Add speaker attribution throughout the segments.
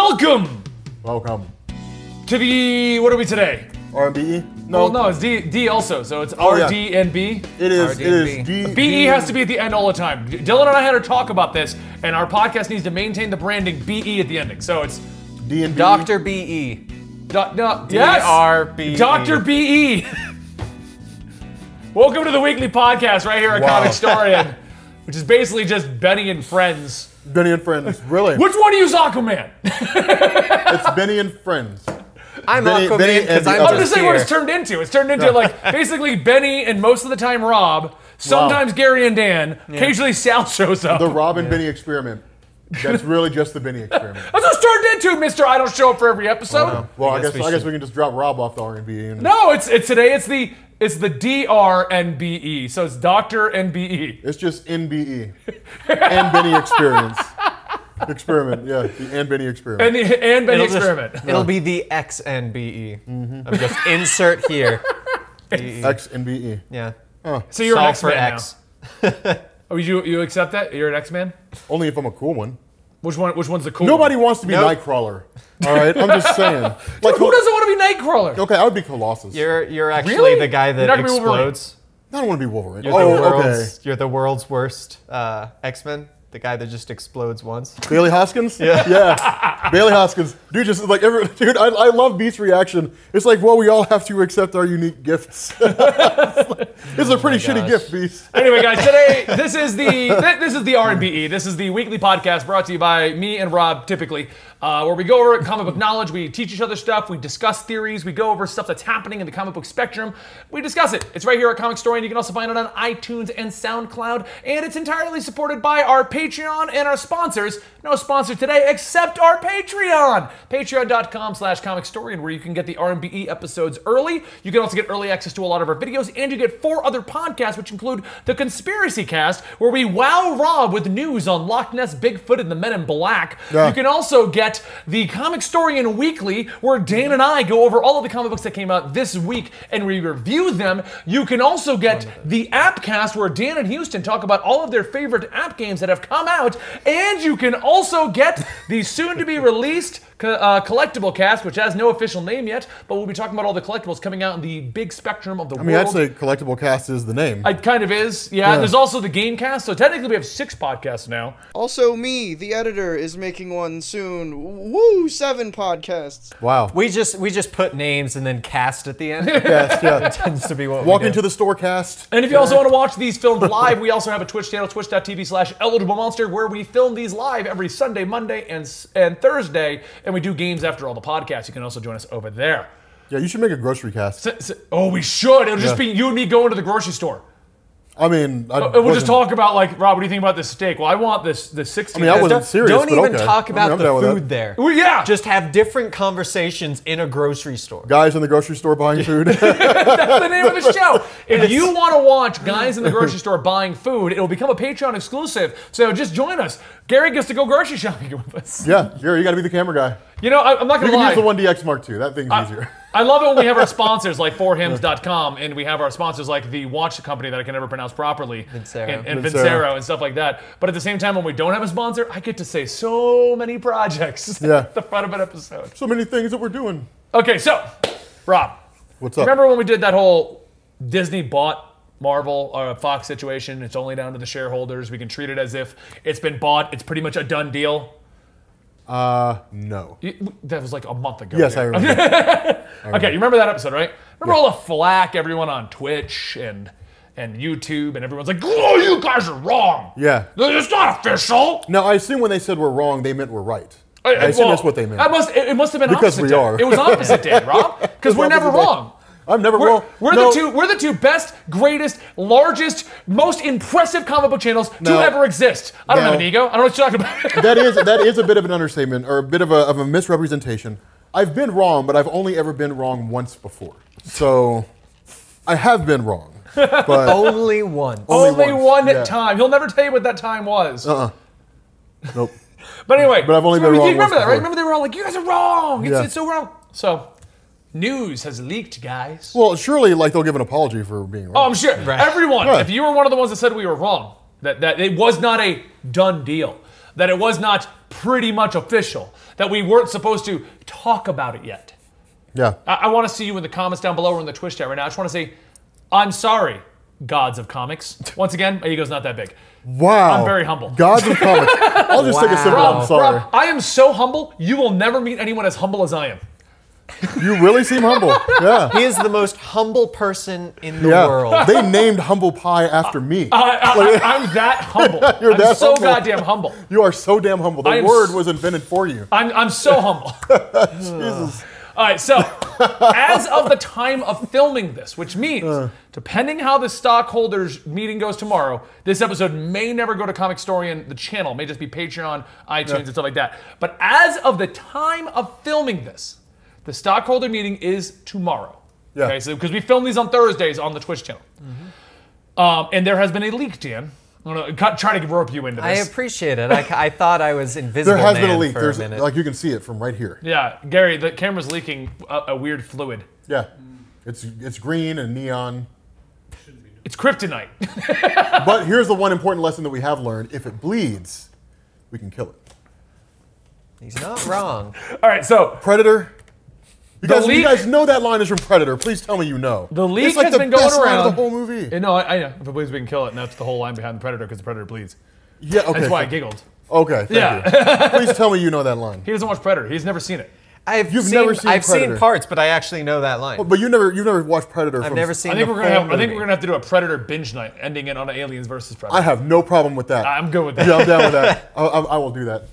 Speaker 1: Welcome
Speaker 2: Welcome.
Speaker 1: to the what are we today?
Speaker 2: RBE?
Speaker 1: Well, no, it's D, D also, so it's
Speaker 2: Oh,
Speaker 1: R
Speaker 2: yeah.
Speaker 1: D and B.
Speaker 2: It is. It
Speaker 3: RDB.
Speaker 2: is D. E.
Speaker 1: BE has to be at the end all the time. D- Dylan and I had a talk about this, and our podcast needs to maintain the branding BE at the ending. So it's
Speaker 2: D and B.
Speaker 3: Doctor B E.
Speaker 1: doc no, yes,
Speaker 3: DRBE.
Speaker 1: E Doctor BE. Welcome to the weekly podcast right here at
Speaker 2: Wow.
Speaker 1: Comic Star Inn, which is basically just Benny and friends.
Speaker 2: Benny and Friends. Really?
Speaker 1: Which one of you is Aquaman?
Speaker 2: it's Benny and Friends.
Speaker 3: I'm
Speaker 2: Benny-
Speaker 3: Aquaman
Speaker 2: Benny
Speaker 3: because
Speaker 2: and
Speaker 3: I'm
Speaker 2: the
Speaker 3: just,
Speaker 1: I'm just saying
Speaker 3: here.
Speaker 1: what it's turned into. It's turned into like basically Benny and most of the time Rob, sometimes Gary and Dan, occasionally Sal shows up.
Speaker 2: The Robin Benny experiment. That's really just the Benny experiment.
Speaker 1: That's what it's turned into, Mister. I don't show up for every episode.
Speaker 2: Well, I
Speaker 3: guess
Speaker 2: guess
Speaker 3: we
Speaker 2: I guess
Speaker 3: should-
Speaker 2: we can just drop Rob off the RBE. And
Speaker 1: No, it's it's today. It's the it's the D R N B E. So it's Doctor N B E.
Speaker 2: It's just NBE and Benny experience. Experiment, yeah, the and Benny
Speaker 1: And
Speaker 2: experiment.
Speaker 1: the and Benny
Speaker 3: It'll just-
Speaker 1: experiment.
Speaker 3: It'll be the X N B E.
Speaker 2: Mm-hmm.
Speaker 3: I'm just insert here.
Speaker 2: X E. NBE.
Speaker 3: Yeah.
Speaker 2: Oh.
Speaker 1: so you're an
Speaker 3: Solve
Speaker 1: X
Speaker 3: for
Speaker 1: Man
Speaker 3: X.
Speaker 1: now. Oh, you you accept that? You're an X Man.
Speaker 2: Only if I'm a cool one.
Speaker 1: Which one? Which one's the cool?
Speaker 2: Nobody
Speaker 1: One?
Speaker 2: wants to be
Speaker 3: Nope.
Speaker 2: Nightcrawler. All right, I'm just saying. Like
Speaker 1: Who doesn't want to be Nightcrawler?
Speaker 2: Okay, I would be Colossus.
Speaker 3: You're you're actually
Speaker 1: Really?
Speaker 3: the guy
Speaker 1: You're
Speaker 3: that
Speaker 1: not gonna be Wolverine.
Speaker 3: explodes.
Speaker 2: I don't want to be Wolverine.
Speaker 3: You're the
Speaker 2: oh, okay.
Speaker 3: world's you're the world's worst uh, X Men. The guy that just explodes once.
Speaker 2: Bailey Hoskins? Yeah. Yeah. Bailey Hoskins. Dude, just like every dude, I, I love Beast's reaction. It's like, well, we all have to accept our unique gifts. it's
Speaker 1: Oh
Speaker 2: a pretty shitty
Speaker 3: gosh.
Speaker 2: gift, Beast.
Speaker 1: Anyway, guys, today this is the thi- this is the RBE. E. This is the weekly podcast brought to you by me and Rob, typically, uh, where we go over comic book knowledge. We teach each other stuff. We discuss theories. We go over stuff that's happening in the comic book spectrum. We discuss it. It's right here at Comic Story, and you can also find it on iTunes and SoundCloud. And it's entirely supported by our Patreon and our sponsors. No sponsor today except our Patreon. Patreon.com slash comic story, and where you can get the RBE episodes early. You can also get early access to a lot of our videos, and you get four other podcasts, which include the Conspiracy Cast, where we wow Rob with news on Loch Ness, Bigfoot, and the Men in Black.
Speaker 2: Yeah.
Speaker 1: You can also get the Comic Story and Weekly, where Dan and I go over all of the comic books that came out this week and we review them. You can also get the Appcast, where Dan and Houston talk about all of their favorite app games that have come out. And you can also get the soon to be released co- uh, collectible cast, which has no official name yet, but we'll be talking about all the collectibles coming out in the big spectrum of the
Speaker 2: I mean,
Speaker 1: world.
Speaker 2: I'd say collectible cast is the name.
Speaker 1: it kind of is, yeah.
Speaker 2: Yeah.
Speaker 1: There's also the Gamecast, so technically we have six podcasts now.
Speaker 4: Also, me, the editor, is making one soon. Woo, seven podcasts.
Speaker 2: wow.
Speaker 3: We just we just put names and then cast at the end.
Speaker 2: Cast, yeah.
Speaker 3: Tends to be what
Speaker 2: Walk
Speaker 3: we do.
Speaker 2: into the store cast.
Speaker 1: And if you also want to watch these filmed live, we also have a Twitch channel, twitch.tv slash eligible monster, where we film these live every Sunday, Monday, and, s- and Thursday. And we do games after all the podcasts. You can also join us over there.
Speaker 2: Yeah, you should make a grocery cast.
Speaker 1: S- s- Oh, we should. It'll just be you and me going to the grocery store.
Speaker 2: I mean,
Speaker 1: And
Speaker 2: I
Speaker 1: uh, we'll just
Speaker 2: wasn't-
Speaker 1: talk about, like, Rob, what do you think about this steak? Well, I want this, this 16.
Speaker 2: I mean, I wasn't
Speaker 3: Don't,
Speaker 2: serious.
Speaker 3: don't
Speaker 2: but
Speaker 3: even
Speaker 2: okay. I
Speaker 3: talk
Speaker 2: mean,
Speaker 3: about
Speaker 2: I'm down
Speaker 3: the
Speaker 2: with that.
Speaker 3: food there.
Speaker 1: Well, yeah.
Speaker 3: Just have different conversations in a grocery store.
Speaker 2: Guys in the grocery store buying food.
Speaker 1: the name of the show. If you want to watch guys in the grocery store buying food, it'll become a Patreon exclusive. So just join us. Gary gets to go grocery shopping with us.
Speaker 2: yeah, Gary, you got to be the camera guy.
Speaker 1: You know, I, am not
Speaker 2: You
Speaker 1: going to
Speaker 2: can
Speaker 1: lie.
Speaker 2: use the 1DX Mark II. That thing's easier.
Speaker 1: I love it when we have our sponsors like 4hymns.com and we have our sponsors like the watch company that I can never pronounce properly
Speaker 3: Vincero.
Speaker 1: and, and
Speaker 2: Vincero.
Speaker 1: Vincero and stuff like that. But at the same time, when we don't have a sponsor, I get to say so many projects
Speaker 2: Yeah.
Speaker 1: at the front of an episode.
Speaker 2: So many things that we're doing.
Speaker 1: Okay, so, Rob,
Speaker 2: What's up?
Speaker 1: remember when we did that whole Disney bought Marvel or Fox situation? It's only down to the shareholders. We can treat it as if it's been bought, it's pretty much a done deal.
Speaker 2: Uh, no.
Speaker 1: It- that was like a month ago.
Speaker 2: Yes,
Speaker 1: here.
Speaker 2: I remember.
Speaker 1: Okay, you remember that episode, right? Remember all the flack everyone on Twitch and and YouTube and everyone's like, "Oh, you guys are wrong.
Speaker 2: Yeah.
Speaker 1: it's not official."
Speaker 2: Now, I assume when they said we're wrong, they meant we're right. I,
Speaker 1: Well,
Speaker 2: assume that's what they meant.
Speaker 1: I must. It, it must have been
Speaker 2: Because
Speaker 1: opposite
Speaker 2: we
Speaker 1: day.
Speaker 2: are.
Speaker 1: It was opposite day, Rob, because we're never
Speaker 2: opposite day.
Speaker 1: wrong.
Speaker 2: I'm never
Speaker 1: We're,
Speaker 2: wrong.
Speaker 1: we're
Speaker 2: No,
Speaker 1: the two. We're the two best, greatest, largest, most impressive comic book channels
Speaker 2: No.
Speaker 1: to ever exist. I don't
Speaker 2: No.
Speaker 1: have an ego. I don't know what you're talking about.
Speaker 2: That is that is a bit of an understatement or a bit of a, of a misrepresentation. I've been wrong, but I've only ever been wrong once before. So I have been wrong.
Speaker 1: Oh.
Speaker 2: But
Speaker 3: Only one.
Speaker 1: Only, one
Speaker 2: once. Yeah.
Speaker 1: time. He'll never tell you what that time was.
Speaker 2: nope.
Speaker 1: But anyway,
Speaker 2: But I've only
Speaker 1: so
Speaker 2: been
Speaker 1: you
Speaker 2: wrong once
Speaker 1: Remember that, right?
Speaker 2: before.
Speaker 1: Remember they were all like, "You guys are wrong. It's,
Speaker 2: Yeah.
Speaker 1: it's so wrong." So, news has leaked, guys.
Speaker 2: Well, surely like they'll give an apology for being
Speaker 1: oh,
Speaker 2: wrong.
Speaker 1: I'm sure
Speaker 3: Right.
Speaker 1: everyone.
Speaker 2: Right.
Speaker 1: If you were one of the ones that said we were wrong, that that it was not a done deal, that it was not pretty much official, that we weren't supposed to talk about it yet.
Speaker 2: Yeah.
Speaker 1: I, I want to see you in the comments down below or in the Twitch chat right now. I just want to say, I'm sorry, gods of comics. Once again, my ego's not that big.
Speaker 2: Wow.
Speaker 1: I'm very humble.
Speaker 2: Gods of comics. I'll just take a sip. of
Speaker 3: Wow.
Speaker 2: that. I'm sorry.
Speaker 1: Rob, I am so humble. You will never meet anyone as humble as I am.
Speaker 2: You really seem humble. Yeah.
Speaker 3: He is the most humble person in the
Speaker 2: Yeah.
Speaker 3: world.
Speaker 2: They named humble pie after me.
Speaker 1: I, am that humble. I'm
Speaker 2: that
Speaker 1: so
Speaker 2: humble.
Speaker 1: goddamn humble.
Speaker 2: you are so damn humble. The
Speaker 1: I am
Speaker 2: word
Speaker 1: s-
Speaker 2: was invented for you.
Speaker 1: I'm, I'm so humble.
Speaker 2: Jesus.
Speaker 1: All right, so as of the time of filming this, which means
Speaker 2: Uh.
Speaker 1: depending how the stockholders meeting goes tomorrow, this episode may never go to Comic Story and the channel may just be Patreon, iTunes, and stuff like that. But as of the time of filming this, the stockholder meeting is tomorrow.
Speaker 2: Yeah.
Speaker 1: Okay, so because we film these on Thursdays on the Twitch channel,
Speaker 2: Mm-hmm.
Speaker 1: um, and there has been a leak, Dan. I'm gonna cut- try to rope you into
Speaker 3: I
Speaker 1: this.
Speaker 3: appreciate it. I, ca- I thought I was invisible.
Speaker 2: There has
Speaker 3: man
Speaker 2: been a leak.
Speaker 3: For
Speaker 2: There's
Speaker 3: a minute.
Speaker 2: like you can see it from right here.
Speaker 1: yeah, Gary, the camera's leaking a, a weird fluid.
Speaker 2: Yeah. It's it's green and neon.
Speaker 1: It's kryptonite.
Speaker 2: But here's the one important lesson that we have learned. If it bleeds, we can kill it.
Speaker 3: He's not wrong.
Speaker 1: All right, so
Speaker 2: Predator. You
Speaker 1: The
Speaker 2: guys, you
Speaker 1: leak-
Speaker 2: guys know that line is from Predator. Please tell me you know.
Speaker 1: The leak
Speaker 2: it's like
Speaker 1: has
Speaker 2: the
Speaker 1: been going
Speaker 2: best line of
Speaker 1: around.
Speaker 2: the whole movie.
Speaker 1: Yeah, no, I, I know. If it bleeds, we can kill it, and that's the whole line behind the predator because the predator bleeds.
Speaker 2: yeah, okay.
Speaker 1: That's why I
Speaker 2: thank-
Speaker 1: giggled.
Speaker 2: Okay, thank
Speaker 1: Yeah.
Speaker 2: you. Please tell me you know that line.
Speaker 1: He doesn't watch Predator. He's never seen it.
Speaker 3: I've
Speaker 2: You've
Speaker 3: seen,
Speaker 2: never seen
Speaker 3: I've
Speaker 2: Predator.
Speaker 3: seen parts, but I actually know that line.
Speaker 2: But you never, you've never watched Predator.
Speaker 3: I've
Speaker 2: from-
Speaker 3: never seen.
Speaker 1: I think
Speaker 3: the
Speaker 1: we're gonna have.
Speaker 3: full
Speaker 1: I think
Speaker 3: movie.
Speaker 1: we're gonna have to do a Predator binge night, ending it on Aliens versus
Speaker 2: I
Speaker 1: Predator.
Speaker 2: have no problem with that.
Speaker 1: I, am good with that.
Speaker 2: yeah, I'm down with that. I, I, I will do that.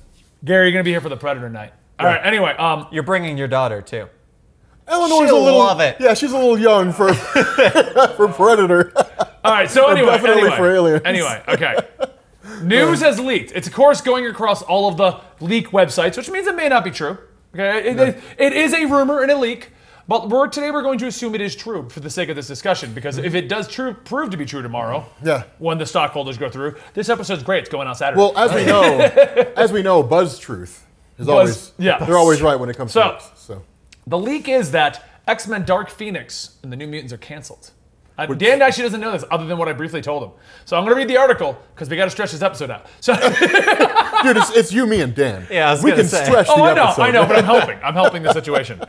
Speaker 1: Gary, you're gonna be here for the Predator night. All right. Anyway, um,
Speaker 3: You're bringing your daughter too.
Speaker 2: Eleanor's
Speaker 3: She'll
Speaker 2: a little,
Speaker 3: love it.
Speaker 2: yeah, she's a little young for for Predator.
Speaker 1: all right. So anyway,
Speaker 2: definitely
Speaker 1: anyway,
Speaker 2: for Aliens.
Speaker 1: anyway, okay. News has leaked. It's of course going across all of the leak websites, which means it may not be true. Okay, it, it- it is a rumor and a leak, but we're, today we're going to assume it is true for the sake of this discussion. Because if it does true, prove to be true tomorrow,
Speaker 2: Yeah.
Speaker 1: when the stockholders go through, this episode's great. It's going out Saturday.
Speaker 2: Well, as we know, as we know, Buzz Truth is always
Speaker 1: yeah.
Speaker 2: They're always right when it comes
Speaker 1: So-
Speaker 2: to books, so.
Speaker 1: the leak is that X Men Dark Phoenix and the New Mutants are canceled. Uh, Dan actually doesn't know this, other than what I briefly told him. So I'm going to read the article because we got to stretch this episode out. So.
Speaker 2: Dude, it's, it's you, me, and Dan.
Speaker 3: Yeah, I was
Speaker 2: we
Speaker 3: gonna
Speaker 2: can
Speaker 3: say.
Speaker 2: stretch the
Speaker 1: Oh, I know,
Speaker 2: episode.
Speaker 1: I know, but I'm helping. I'm helping the situation.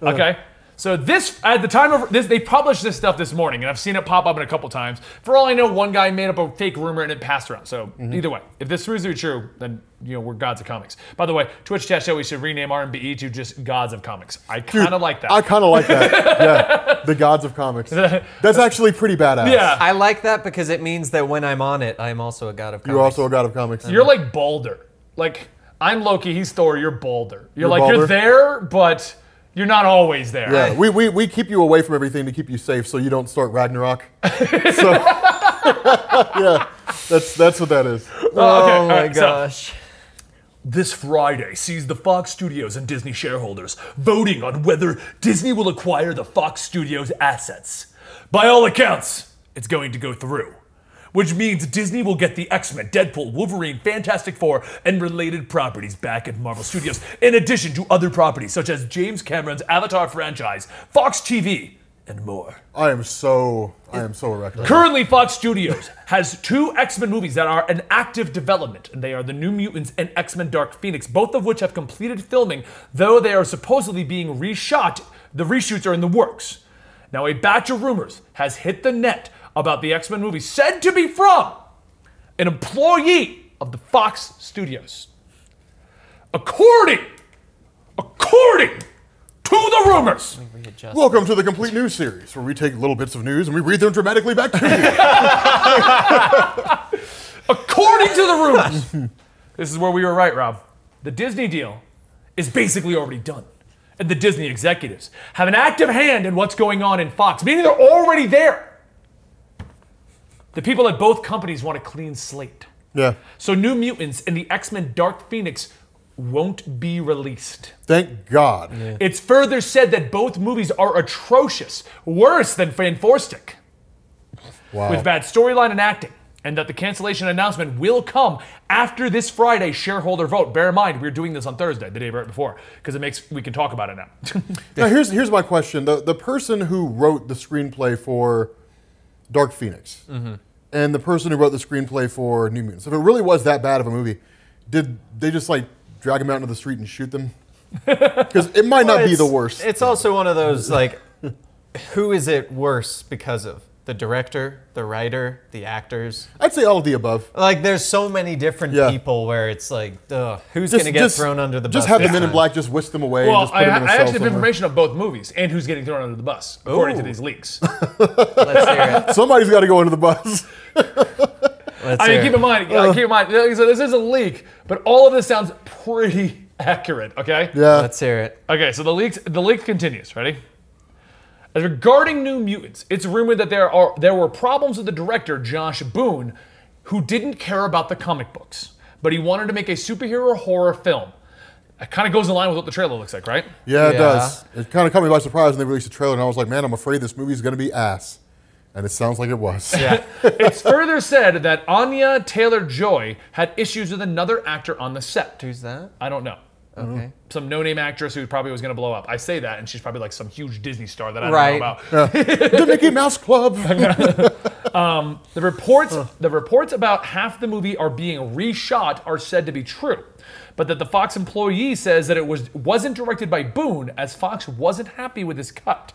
Speaker 1: Okay. So this at the time of this, they published this stuff this morning, and I've seen it pop up in a couple times. For all I know, one guy made up a fake rumor and it passed around. So either way, if this proves to be true, then you know we're gods of comics. By the way, Twitch chat show we should rename RMBE to just gods of comics. I kind of like that.
Speaker 2: I kind of like that. yeah, the gods of comics. That's actually pretty badass.
Speaker 1: yeah,
Speaker 3: I like that because it means that when I'm on it, I'm also a god of. Comics.
Speaker 2: you're also a god of comics.
Speaker 1: you're like Balder. Like I'm Loki, he's Thor. You're Balder. You're, like
Speaker 2: Balder?
Speaker 1: you're there, but you're not always there.
Speaker 2: yeah, we, we, we keep you away from everything to keep you safe, so you don't start Ragnarok. so, yeah, that's that's what that is.
Speaker 1: Oh, okay,
Speaker 3: Oh
Speaker 1: all
Speaker 3: my
Speaker 1: right, so-
Speaker 3: gosh.
Speaker 1: This Friday sees the Fox Studios and Disney shareholders voting on whether Disney will acquire the Fox Studios assets. By all accounts, it's going to go through. Which means Disney will get the X Men, Deadpool, Wolverine, Fantastic Four, and related properties back at Marvel Studios, in addition to other properties such as James Cameron's Avatar franchise, Fox TV, and more.
Speaker 2: I am so I am so erect. right now.
Speaker 1: Currently, Fox Studios has two X Men movies that are in active development, and they are The New Mutants and X Men Dark Phoenix, both of which have completed filming, though they are supposedly being reshot. The reshoots are in the works. Now, a batch of rumors has hit the net about the X Men movie, said to be from an employee of the Fox Studios. According, according to the rumors,
Speaker 2: Welcome to the complete news series, where we take little bits of news and we read them dramatically back to you.
Speaker 1: According to the rumors, this is where we were right, Rob. The Disney deal is basically already done. And the Disney executives have an active hand in what's going on in Fox, meaning they're already there. The people at both companies want a clean slate.
Speaker 2: yeah.
Speaker 1: So New Mutants and the X Men Dark Phoenix won't be released.
Speaker 2: Thank God.
Speaker 1: It's further said that both movies are atrocious, worse than Fan Fanforstic
Speaker 2: Wow.
Speaker 1: with bad storyline and acting, and that the cancellation announcement will come after this Friday shareholder vote. Bear in mind, we're doing this on Thursday, the day right before, because it makes we can talk about it now.
Speaker 2: Now here's here's my question: the the person who wrote the screenplay for Dark Phoenix
Speaker 3: Mm-hmm.
Speaker 2: and the person who wrote the screenplay for New Mutants, if it really was that bad of a movie, did they just like drag them out into the street and shoot them? Because it might not be
Speaker 3: It's-
Speaker 2: the worst.
Speaker 3: It's also one of those like, who is it worse because of? The director, the writer, the actors.
Speaker 2: I'd say all of the above.
Speaker 3: Like, there's so many different
Speaker 2: Yeah.
Speaker 3: people where it's like, ugh, who's gonna get thrown under the
Speaker 2: just
Speaker 3: bus?
Speaker 2: have the
Speaker 3: this
Speaker 2: men in
Speaker 3: time?
Speaker 2: black just whisk them away. and
Speaker 1: Well,
Speaker 2: just
Speaker 1: I,
Speaker 2: put
Speaker 1: I
Speaker 2: them in a cell
Speaker 1: actually have
Speaker 2: somewhere.
Speaker 1: information of both movies and who's getting thrown under the bus, according to
Speaker 3: Ooh.
Speaker 1: these leaks.
Speaker 3: Let's hear it.
Speaker 2: Somebody's got to go under the bus.
Speaker 3: Let's
Speaker 1: I
Speaker 3: hear
Speaker 1: mean, keep
Speaker 3: it.
Speaker 1: in mind, keep in mind, like I said, this is a leak, but all of this sounds pretty accurate, okay?
Speaker 2: yeah.
Speaker 3: Let's hear it.
Speaker 1: Okay, so the leaks the leak continues. Ready? As regarding New Mutants, it's rumored that there are there were problems with the director Josh Boone, who didn't care about the comic books, but he wanted to make a superhero horror film. It kind of goes in line with what the trailer looks like, right?
Speaker 2: Yeah, it
Speaker 3: Yeah.
Speaker 2: does. It kind of caught me by surprise when they released the trailer, and I was like, man, I'm afraid this movie's going to be ass. And it sounds like it was.
Speaker 3: Yeah.
Speaker 1: it's further said that Anya Taylor Joy had issues with another actor on the set.
Speaker 3: Who's that?
Speaker 1: I don't know.
Speaker 3: Okay.
Speaker 1: Some no-name actress who probably was going to blow up. I say that, and she's probably like some huge Disney star that I don't
Speaker 3: Right.
Speaker 1: know about.
Speaker 2: the Mickey Mouse Club.
Speaker 1: The reports, the reports about half the movie are being reshot are said to be true, but that the Fox employee says that it was wasn't directed by Boone, as Fox wasn't happy with his cut.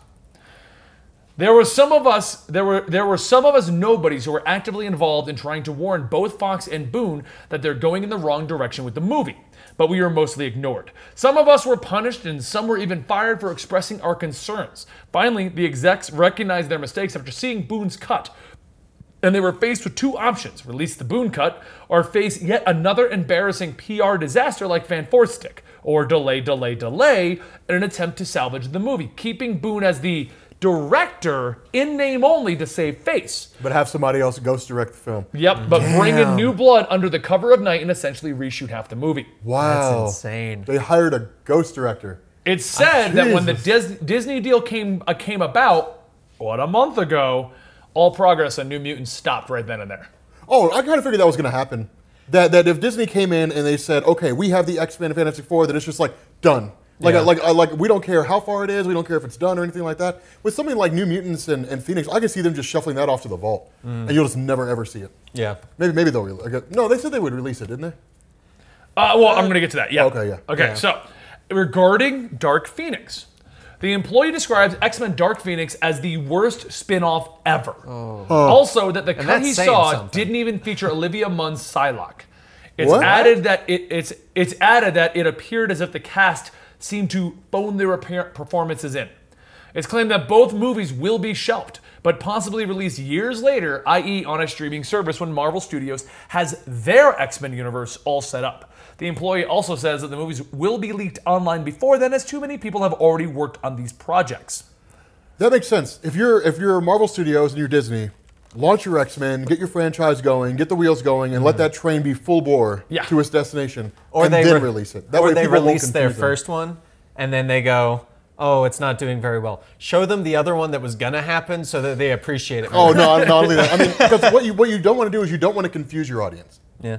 Speaker 1: There were some of us, there were there were some of us nobodies who were actively involved in trying to warn both Fox and Boone that they're going in the wrong direction with the movie, but we were mostly ignored. Some of us were punished and some were even fired for expressing our concerns. Finally, the execs recognized their mistakes after seeing Boone's cut, and they were faced with two options release the Boone cut, or face yet another embarrassing PR disaster like Van Forstick, or delay, delay, delay in an attempt to salvage the movie, keeping Boone as the director in name only to save face.
Speaker 2: but have somebody else ghost direct the film.
Speaker 1: Yep, but bring in new blood under the cover of night and essentially reshoot half the movie.
Speaker 2: Wow.
Speaker 3: insane.
Speaker 2: They hired a ghost director.
Speaker 1: It's said that when the Dis- Disney deal came uh, came about, what a month ago, all progress on New Mutants stopped right then and there.
Speaker 2: Oh, I kind of figured that was going to happen. That that if Disney came in and they said, okay, we have the X Men and Fantastic Four, that it's just like done. Like,
Speaker 3: Yeah.
Speaker 2: like, uh, like, we don't care how far it is. We don't care if it's done or anything like that. With something like New Mutants and, and Phoenix, I can see them just shuffling that off to the vault,
Speaker 3: Mm.
Speaker 2: and you'll just never ever see it.
Speaker 3: Yeah.
Speaker 2: Maybe, maybe they'll. Re- okay. No, they said they would release it, didn't they?
Speaker 1: Uh, well, I'm going to get to that. Yeah.
Speaker 2: Okay, yeah.
Speaker 1: Okay. So, regarding Dark Phoenix, the employee describes X-Men Dark Phoenix as the worst spin-off ever.
Speaker 2: Oh.
Speaker 1: Also, that the cut
Speaker 3: that's
Speaker 1: he
Speaker 3: saying
Speaker 1: saw
Speaker 3: something.
Speaker 1: didn't even feature Olivia Munn's Psylocke. It's
Speaker 2: What?
Speaker 1: added that it, it's it's added that it appeared as if the cast seemed to phone their appear- performances in. It's claimed that both movies will be shelved, but possibly released years later, i.e., on a streaming service when Marvel Studios has their X Men universe all set up. The employee also says that the movies will be leaked online before then, as too many people have already worked on these projects.
Speaker 2: That makes sense. If you're if you're Marvel Studios and you're Disney, launch your X Men, get your franchise going, get the wheels going, and let that train be full bore
Speaker 1: Yeah.
Speaker 2: to its destination,
Speaker 3: Mm-hmm. Or
Speaker 2: and
Speaker 3: they
Speaker 2: then
Speaker 3: re-
Speaker 2: release it. That
Speaker 3: or
Speaker 2: way
Speaker 3: they
Speaker 2: people won't
Speaker 3: release their
Speaker 2: confuse them.
Speaker 3: first one, and then they go, "Oh, it's not doing very well." Show them the other one that was gonna happen, so that they appreciate it.
Speaker 2: Oh
Speaker 3: more.
Speaker 2: no, not only that. I mean, because what you what you don't want to do is you don't want to confuse your audience.
Speaker 3: Yeah.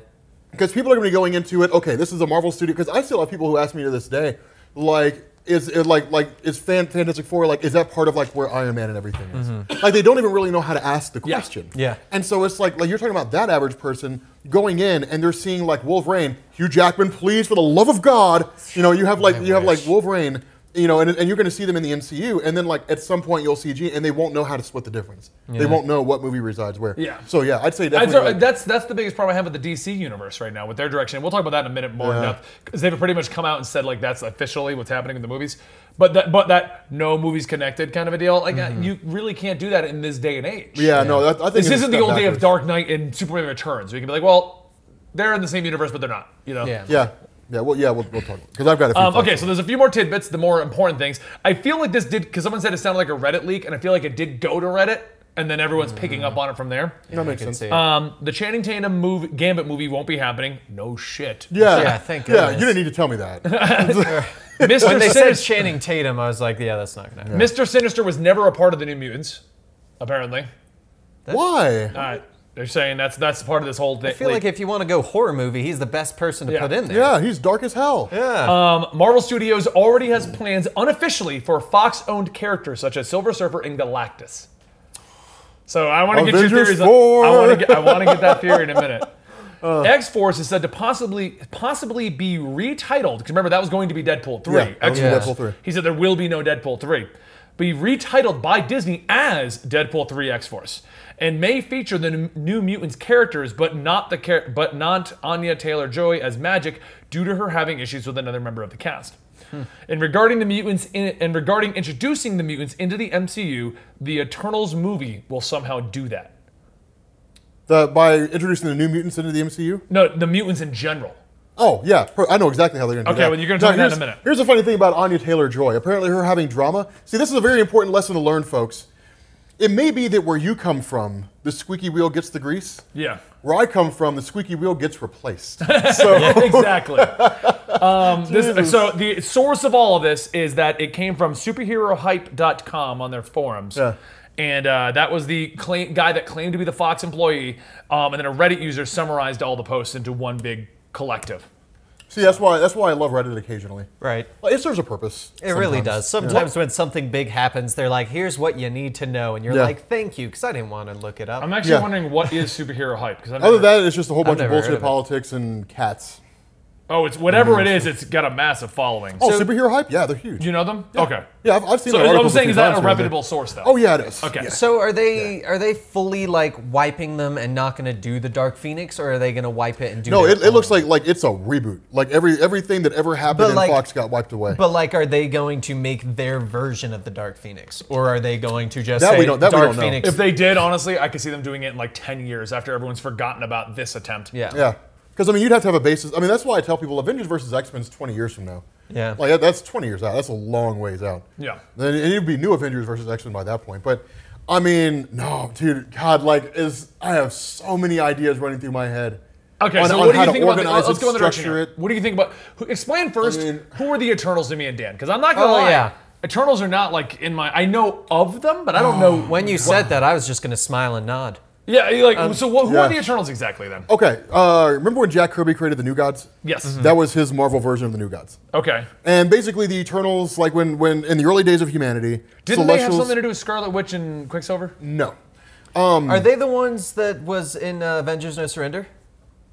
Speaker 2: because people are going to be going into it. Okay, this is a Marvel studio. Because I still have people who ask me to this day, like, is it like like is Fan- Fantastic Four like is that part of like where Iron Man and everything is? Like they don't even really know how to ask the question.
Speaker 3: Yeah.
Speaker 2: And so it's like like you're talking about that average person going in and they're seeing like Wolverine, Hugh Jackman, please for the love of God, you know you have like you have like Wolverine. You know, and, and you're going to see them in the MCU, and then like at some point you'll see G, and they won't know how to split the difference. They won't know what movie resides where.
Speaker 1: Yeah.
Speaker 2: So yeah, I'd say
Speaker 1: That's,
Speaker 2: definitely. like-
Speaker 1: that's that's the biggest problem I have with the DC universe right now with their direction. We'll talk about that in a minute more in
Speaker 2: Yeah.
Speaker 1: depth because they've pretty much come out and said like that's officially what's happening in the movies. But that but that no movies connected kind of a deal. Like uh, you really can't do that in this day and age.
Speaker 2: Mm-hmm. yeah, no, that, I think
Speaker 1: This
Speaker 2: it's
Speaker 1: isn't the
Speaker 2: step
Speaker 1: old day of
Speaker 2: backwards.
Speaker 1: Dark Knight and Superman Returns. We can be like, well, they're in the same universe, but they're not. You know.
Speaker 3: Yeah.
Speaker 2: Yeah, yeah, well, yeah, we'll, we'll talk because I've got a few.
Speaker 1: Um,
Speaker 2: thoughts
Speaker 1: okay,
Speaker 2: on
Speaker 1: so
Speaker 2: it.
Speaker 1: there's a few more tidbits, the more important things. I feel like this did because someone said it sounded like a Reddit leak, and I feel like it did go to Reddit, and then everyone's picking
Speaker 2: Mm-hmm.
Speaker 1: up on it from there.
Speaker 2: that
Speaker 3: I
Speaker 2: makes
Speaker 3: can
Speaker 2: sense.
Speaker 3: see it.
Speaker 1: Um, the Channing Tatum movie, Gambit movie won't be happening. No shit.
Speaker 2: yeah,
Speaker 3: Yeah, thank
Speaker 2: Yeah,
Speaker 3: goodness.
Speaker 2: you didn't need to tell me that.
Speaker 1: Mr.
Speaker 3: when they said
Speaker 1: Sinister,
Speaker 3: Channing Tatum, I was like, "Yeah, that's not gonna happen."
Speaker 1: Mr. Sinister was never a part of the New Mutants, apparently.
Speaker 2: Why?
Speaker 1: Uh, they're saying that's that's part of this whole thing.
Speaker 3: I feel like if you want to go horror movie, he's the best person to
Speaker 1: Yeah.
Speaker 3: put in there.
Speaker 2: yeah, he's dark as hell.
Speaker 1: um, Marvel Studios already has plans unofficially for Fox-owned characters such as Silver Surfer and Galactus. So I want to get your
Speaker 2: Avengers
Speaker 1: theories. On, I want
Speaker 2: 4.
Speaker 1: to get I want to get that theory in a minute.
Speaker 2: Uh,
Speaker 1: X Force is said to possibly possibly be retitled. Because remember, that was going to be Deadpool 3.
Speaker 2: Yeah, that was
Speaker 1: X-Force.
Speaker 2: Deadpool 3.
Speaker 1: He said there will be no Deadpool 3. Be retitled by Disney as Deadpool 3 X Force and may feature the n- New Mutants characters, but not the char- but not Anya Taylor Joy as Magic due to her having issues with another member of the cast.
Speaker 2: Hmm.
Speaker 1: And regarding the mutants in, and regarding introducing the mutants into the MCU, the Eternals movie will somehow do that.
Speaker 2: The, by introducing the new mutants into the MCU?
Speaker 1: No, the mutants in general.
Speaker 2: Oh yeah, per- I know exactly how they're going to.
Speaker 1: Okay,
Speaker 2: do that.
Speaker 1: well, you're gonna tell me that in a
Speaker 2: here's-
Speaker 1: minute.
Speaker 2: Here's the funny thing about Anya Taylor Joy. Apparently, her having drama. See, this is a very important lesson to learn, folks. It may be that where you come from, the squeaky wheel gets the grease.
Speaker 1: Yeah.
Speaker 2: Where I come from, the squeaky wheel gets replaced. So
Speaker 1: exactly. Um, this, so the source of all of this is that it came from superherohype.com on their forums.
Speaker 2: Yeah.
Speaker 1: And uh, that was the claim, guy that claimed to be the Fox employee. Um, and then a Reddit user summarized all the posts into one big collective.
Speaker 2: see, that's why that's why I love Reddit occasionally.
Speaker 3: Right.
Speaker 2: Well, it serves a purpose.
Speaker 3: It really does. Sometimes when something big happens, they're like, here's what you need to know. And you're
Speaker 2: Yeah.
Speaker 3: like, thank you, because I didn't want to look it up.
Speaker 1: I'm actually
Speaker 2: Yeah.
Speaker 1: wondering what is superhero hype because
Speaker 2: Other than that, it's just a whole bunch of
Speaker 3: never heard
Speaker 2: bullshit
Speaker 3: of it.
Speaker 2: politics and cats.
Speaker 1: oh, it's whatever it is, it's got a massive following.
Speaker 2: Oh,
Speaker 1: So,
Speaker 2: superhero hype? Yeah, they're huge.
Speaker 1: you know them? Okay.
Speaker 2: yeah, I've, I've seen.
Speaker 1: So
Speaker 2: their
Speaker 1: what I'm
Speaker 2: articles a
Speaker 1: saying
Speaker 2: few
Speaker 1: is that
Speaker 2: times
Speaker 1: a
Speaker 2: here and there.
Speaker 1: reputable source though.
Speaker 2: Oh yeah, it is.
Speaker 1: Okay.
Speaker 2: Yeah.
Speaker 3: So are they are they fully like wiping them and not going to do the Dark Phoenix, or are they going to wipe it and do?
Speaker 2: No,
Speaker 3: their
Speaker 2: it, it looks
Speaker 3: own?
Speaker 2: like like it's a reboot. Like every everything that ever happened
Speaker 3: But
Speaker 2: in
Speaker 3: like-
Speaker 2: Fox got wiped away.
Speaker 3: But like, are they going to make their version of the Dark Phoenix, or are they going to just
Speaker 2: That
Speaker 3: say
Speaker 2: we don't- that we
Speaker 3: Dark
Speaker 2: don't know.
Speaker 3: Phoenix?
Speaker 1: If they did, honestly, I could see them doing it in like 10 years after everyone's forgotten about this attempt.
Speaker 3: yeah.
Speaker 2: Yeah. Because I mean, you'd have to have a basis. I mean, that's why I tell people Avengers versus X Men's 20 years from now.
Speaker 3: Yeah.
Speaker 2: Like that- that's 20 years out. That's a long ways out.
Speaker 1: Yeah.
Speaker 2: Then it would be new Avengers versus X Men by that point. But I mean, no, dude, God, like, is I have so many ideas running through my head.
Speaker 1: Okay,
Speaker 2: on-
Speaker 1: so
Speaker 2: on
Speaker 1: what do
Speaker 2: how
Speaker 1: you
Speaker 2: to
Speaker 1: think about? The,
Speaker 2: organize
Speaker 1: let's
Speaker 2: it,
Speaker 1: go in the direction.
Speaker 2: structure
Speaker 1: here. What do you think about? Who, explain first.
Speaker 2: I mean-
Speaker 1: who are the Eternals to me and Dan? Because I'm not gonna
Speaker 3: Oh,
Speaker 1: lie.
Speaker 3: yeah.
Speaker 1: Eternals are not like in my. I know of them, but I
Speaker 2: Oh.
Speaker 1: don't know
Speaker 3: When you said that, I was just going to smile and nod.
Speaker 1: Yeah, you
Speaker 3: Um,
Speaker 1: like so. What, who are
Speaker 2: yeah.
Speaker 1: the Eternals exactly then?
Speaker 2: Okay. Uh, remember when Jack Kirby created the New Gods?
Speaker 1: Yes. Mhm.
Speaker 2: That was his Marvel version of the New Gods.
Speaker 1: Okay.
Speaker 2: And basically, the Eternals, like when when in the early days of humanity,
Speaker 1: Didn't they have
Speaker 2: Celestials-
Speaker 1: something to do with Scarlet Witch and Quicksilver?
Speaker 2: No. Um,
Speaker 3: Are they the ones that was in uh, Avengers: No Surrender,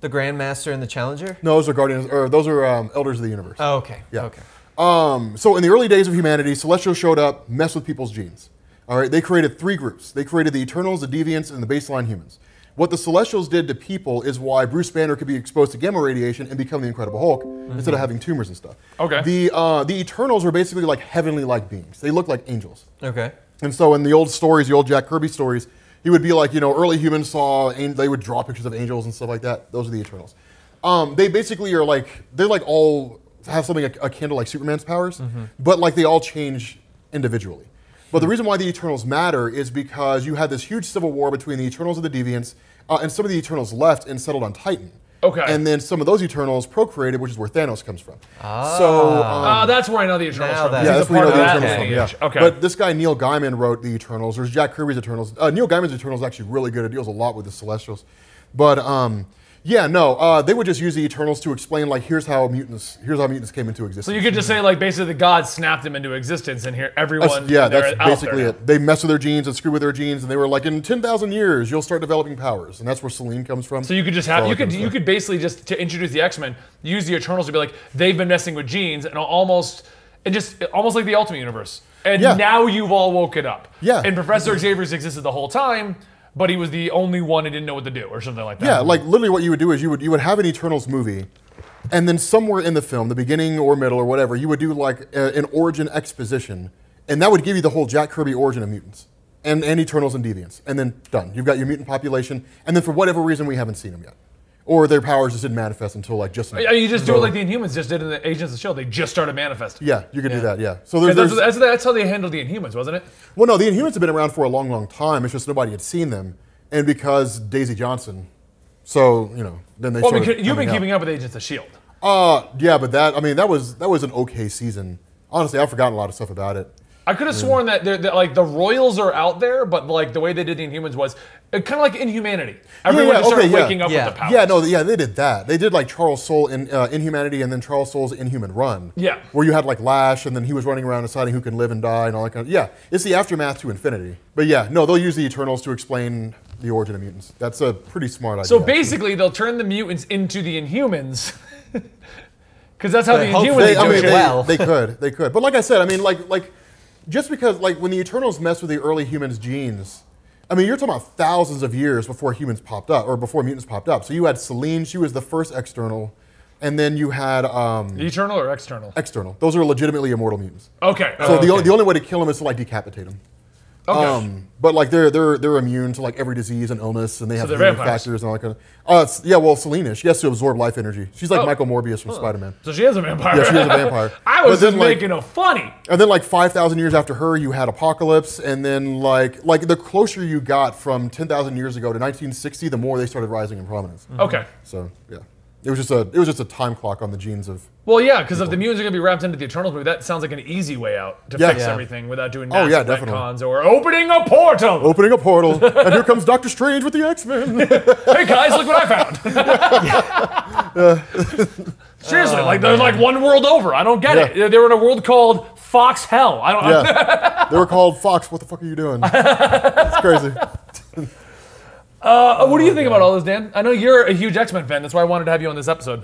Speaker 3: the Grandmaster and the Challenger?
Speaker 2: No, those are Guardians, or those are um, Elders of the Universe.
Speaker 3: Oh, okay.
Speaker 2: Yeah.
Speaker 3: Okay.
Speaker 2: Um, so in the early days of humanity, Celestials showed up, messed with people's genes. All right, they created three groups. They created the Eternals, the Deviants, and the baseline humans. What the Celestials did to people is why Bruce Banner could be exposed to gamma radiation and become the Incredible Hulk instead of having tumors and stuff.
Speaker 1: Okay.
Speaker 2: The uh, the Eternals were basically like heavenly-like beings. They looked like angels.
Speaker 3: Okay.
Speaker 2: And so in the old stories, the old Jack Kirby stories, he would be like, you know, early humans saw, and they would draw pictures of angels and stuff like that. Those are the Eternals. Um, they basically are like, they're like all have something akin to like Superman's powers,
Speaker 1: Mm-hmm.
Speaker 2: but like they all change individually. But the reason why the Eternals matter is because you had this huge civil war between the Eternals and the Deviants, uh, and some of the Eternals left and settled on Titan.
Speaker 1: Okay.
Speaker 2: And then some of those Eternals procreated, which is where Thanos comes from. So um,
Speaker 1: Ah, that's where I know the Eternals
Speaker 3: Now
Speaker 1: from.
Speaker 3: that-
Speaker 1: because
Speaker 2: yeah,
Speaker 3: He's
Speaker 2: that's
Speaker 1: a
Speaker 2: where you
Speaker 1: part
Speaker 2: know the
Speaker 1: of
Speaker 2: Eternals
Speaker 1: that
Speaker 2: from.
Speaker 1: lineage.
Speaker 2: Yeah.
Speaker 1: Okay.
Speaker 2: But this guy Neil Gaiman wrote the Eternals. There's Jack Kirby's Eternals. Uh, Neil Gaiman's Eternals is actually really good. It deals a lot with the Celestials. But um, yeah, no, uh, they would just use the Eternals to explain like here's how mutants here's how mutants came into existence.
Speaker 1: so you could just say like basically the gods snapped them into existence, and here everyone.
Speaker 2: That's- yeah,
Speaker 1: they're
Speaker 2: that's
Speaker 1: out there
Speaker 2: basically
Speaker 1: now.
Speaker 2: it. They mess with their genes and screw with their genes, and they were like, in ten thousand years, you'll start developing powers, and that's where Selene comes from.
Speaker 1: So you could just
Speaker 2: That's
Speaker 1: have
Speaker 2: all
Speaker 1: you
Speaker 2: it
Speaker 1: could
Speaker 2: comes
Speaker 1: you
Speaker 2: from.
Speaker 1: could basically just to introduce the X Men, use the Eternals to be like they've been messing with genes and almost and just almost like the Ultimate Universe. And
Speaker 2: Yeah.
Speaker 1: now you've all woken up.
Speaker 2: Yeah.
Speaker 1: And Professor Xavier's existed the whole time, but he was the only one who didn't know what to do or something like that.
Speaker 2: Yeah, like literally what you would do is you would you would have an Eternals movie, and then somewhere in the film, the beginning or middle or whatever, you would do like a, an origin exposition, and that would give you the whole Jack Kirby origin of mutants and, and Eternals and Deviants, and then done. You've got your mutant population, and then for whatever reason we haven't seen them yet, or their powers just didn't manifest until like just. now.
Speaker 1: I mean, you just do
Speaker 2: So-
Speaker 1: it like the Inhumans just did in the Agents of Shield. E They just started manifesting.
Speaker 2: Yeah, you could do that. Yeah. So
Speaker 1: And
Speaker 2: there's,
Speaker 1: That's,
Speaker 2: there's
Speaker 1: that's- that's how they handled the Inhumans, wasn't it?
Speaker 2: well, no, the Inhumans have been around for a long, long time. It's just nobody had seen them, and because Daisy Johnson, so you know, then they.
Speaker 1: Well, I mean,
Speaker 2: started
Speaker 1: you've been
Speaker 2: coming out.
Speaker 1: keeping up with Agents of Shield.
Speaker 2: Uh, yeah, but that I mean that was that was an okay season. Honestly, I've forgotten a lot of stuff about it.
Speaker 1: I could have sworn that, they're, that like the Royals are out there, but like the way they did the Inhumans was uh, kind of like Inhumanity. Everyone
Speaker 2: yeah,
Speaker 1: just started
Speaker 2: okay, yeah.
Speaker 1: waking up
Speaker 3: Yeah.
Speaker 1: with the power.
Speaker 2: Yeah, no, yeah, they did that. They did like Charles Soule in uh, Inhumanity and then Charles Soule's Inhuman Run.
Speaker 1: Yeah.
Speaker 2: where you had like Lash and then he was running around deciding who can live and die and all that kind of. Yeah, it's the aftermath to Infinity. But yeah, no, they'll use the Eternals to explain the origin of mutants. That's a pretty smart idea.
Speaker 1: So
Speaker 2: actually.
Speaker 1: basically, they'll turn the mutants into the Inhumans, because that's how
Speaker 3: They
Speaker 1: the
Speaker 3: hope
Speaker 1: Inhumans
Speaker 2: they,
Speaker 3: they
Speaker 1: do
Speaker 2: I mean,
Speaker 1: it.
Speaker 2: they,
Speaker 3: well.
Speaker 2: they could, they could. But like I said, I mean, like, like, just because, like, when the Eternals mess with the early humans' genes, I mean, you're talking about thousands of years before humans popped up or before mutants popped up. So you had Selene; she was the first external, and then you had um,
Speaker 1: Eternal or external?
Speaker 2: external. Those are legitimately immortal mutants.
Speaker 1: Okay.
Speaker 2: So
Speaker 1: Oh, okay.
Speaker 2: the, only, the only way to kill them is to like decapitate them.
Speaker 1: Okay.
Speaker 2: Um, but like they're they're they're immune to like every disease and illness, and they have
Speaker 1: they're
Speaker 2: healing
Speaker 1: vampires.
Speaker 2: factors and all that kind of. Uh, s- yeah, well, Selena, she has to absorb life energy. She's like
Speaker 1: Oh.
Speaker 2: Michael Morbius from Spider Man.
Speaker 1: so she is a vampire.
Speaker 2: Yeah, she is a vampire.
Speaker 1: I was
Speaker 2: But then,
Speaker 1: just
Speaker 2: like-
Speaker 1: making a funny.
Speaker 2: And then like five thousand years after her, you had Apocalypse, and then like like the closer you got from ten thousand years ago to 1960, the more they started rising in prominence.
Speaker 1: Okay.
Speaker 2: So yeah, it was just a it was just a time clock on the genes of.
Speaker 1: Well, yeah, because if the mutants are going to be wrapped into the Eternals movie, that sounds like an easy way out to
Speaker 2: Yeah.
Speaker 1: fix
Speaker 2: Yeah.
Speaker 1: everything without doing
Speaker 2: Oh,
Speaker 1: massive
Speaker 2: yeah, definitely.
Speaker 1: retcons or opening a portal.
Speaker 2: Opening a portal, and here comes Doctor Strange with the X Men.
Speaker 1: hey guys, look what I found. Seriously, like they're like one world over. I don't get it.
Speaker 2: Oh, Yeah.
Speaker 1: They- They were in a world called Fox Hell. I don't.
Speaker 2: yeah, they were called Fox. What the fuck are you doing? It's crazy.
Speaker 1: Uh, what
Speaker 2: Oh,
Speaker 1: do you think about all this, Dan? I know you're a huge X Men fan. That's why I wanted to have you on this episode.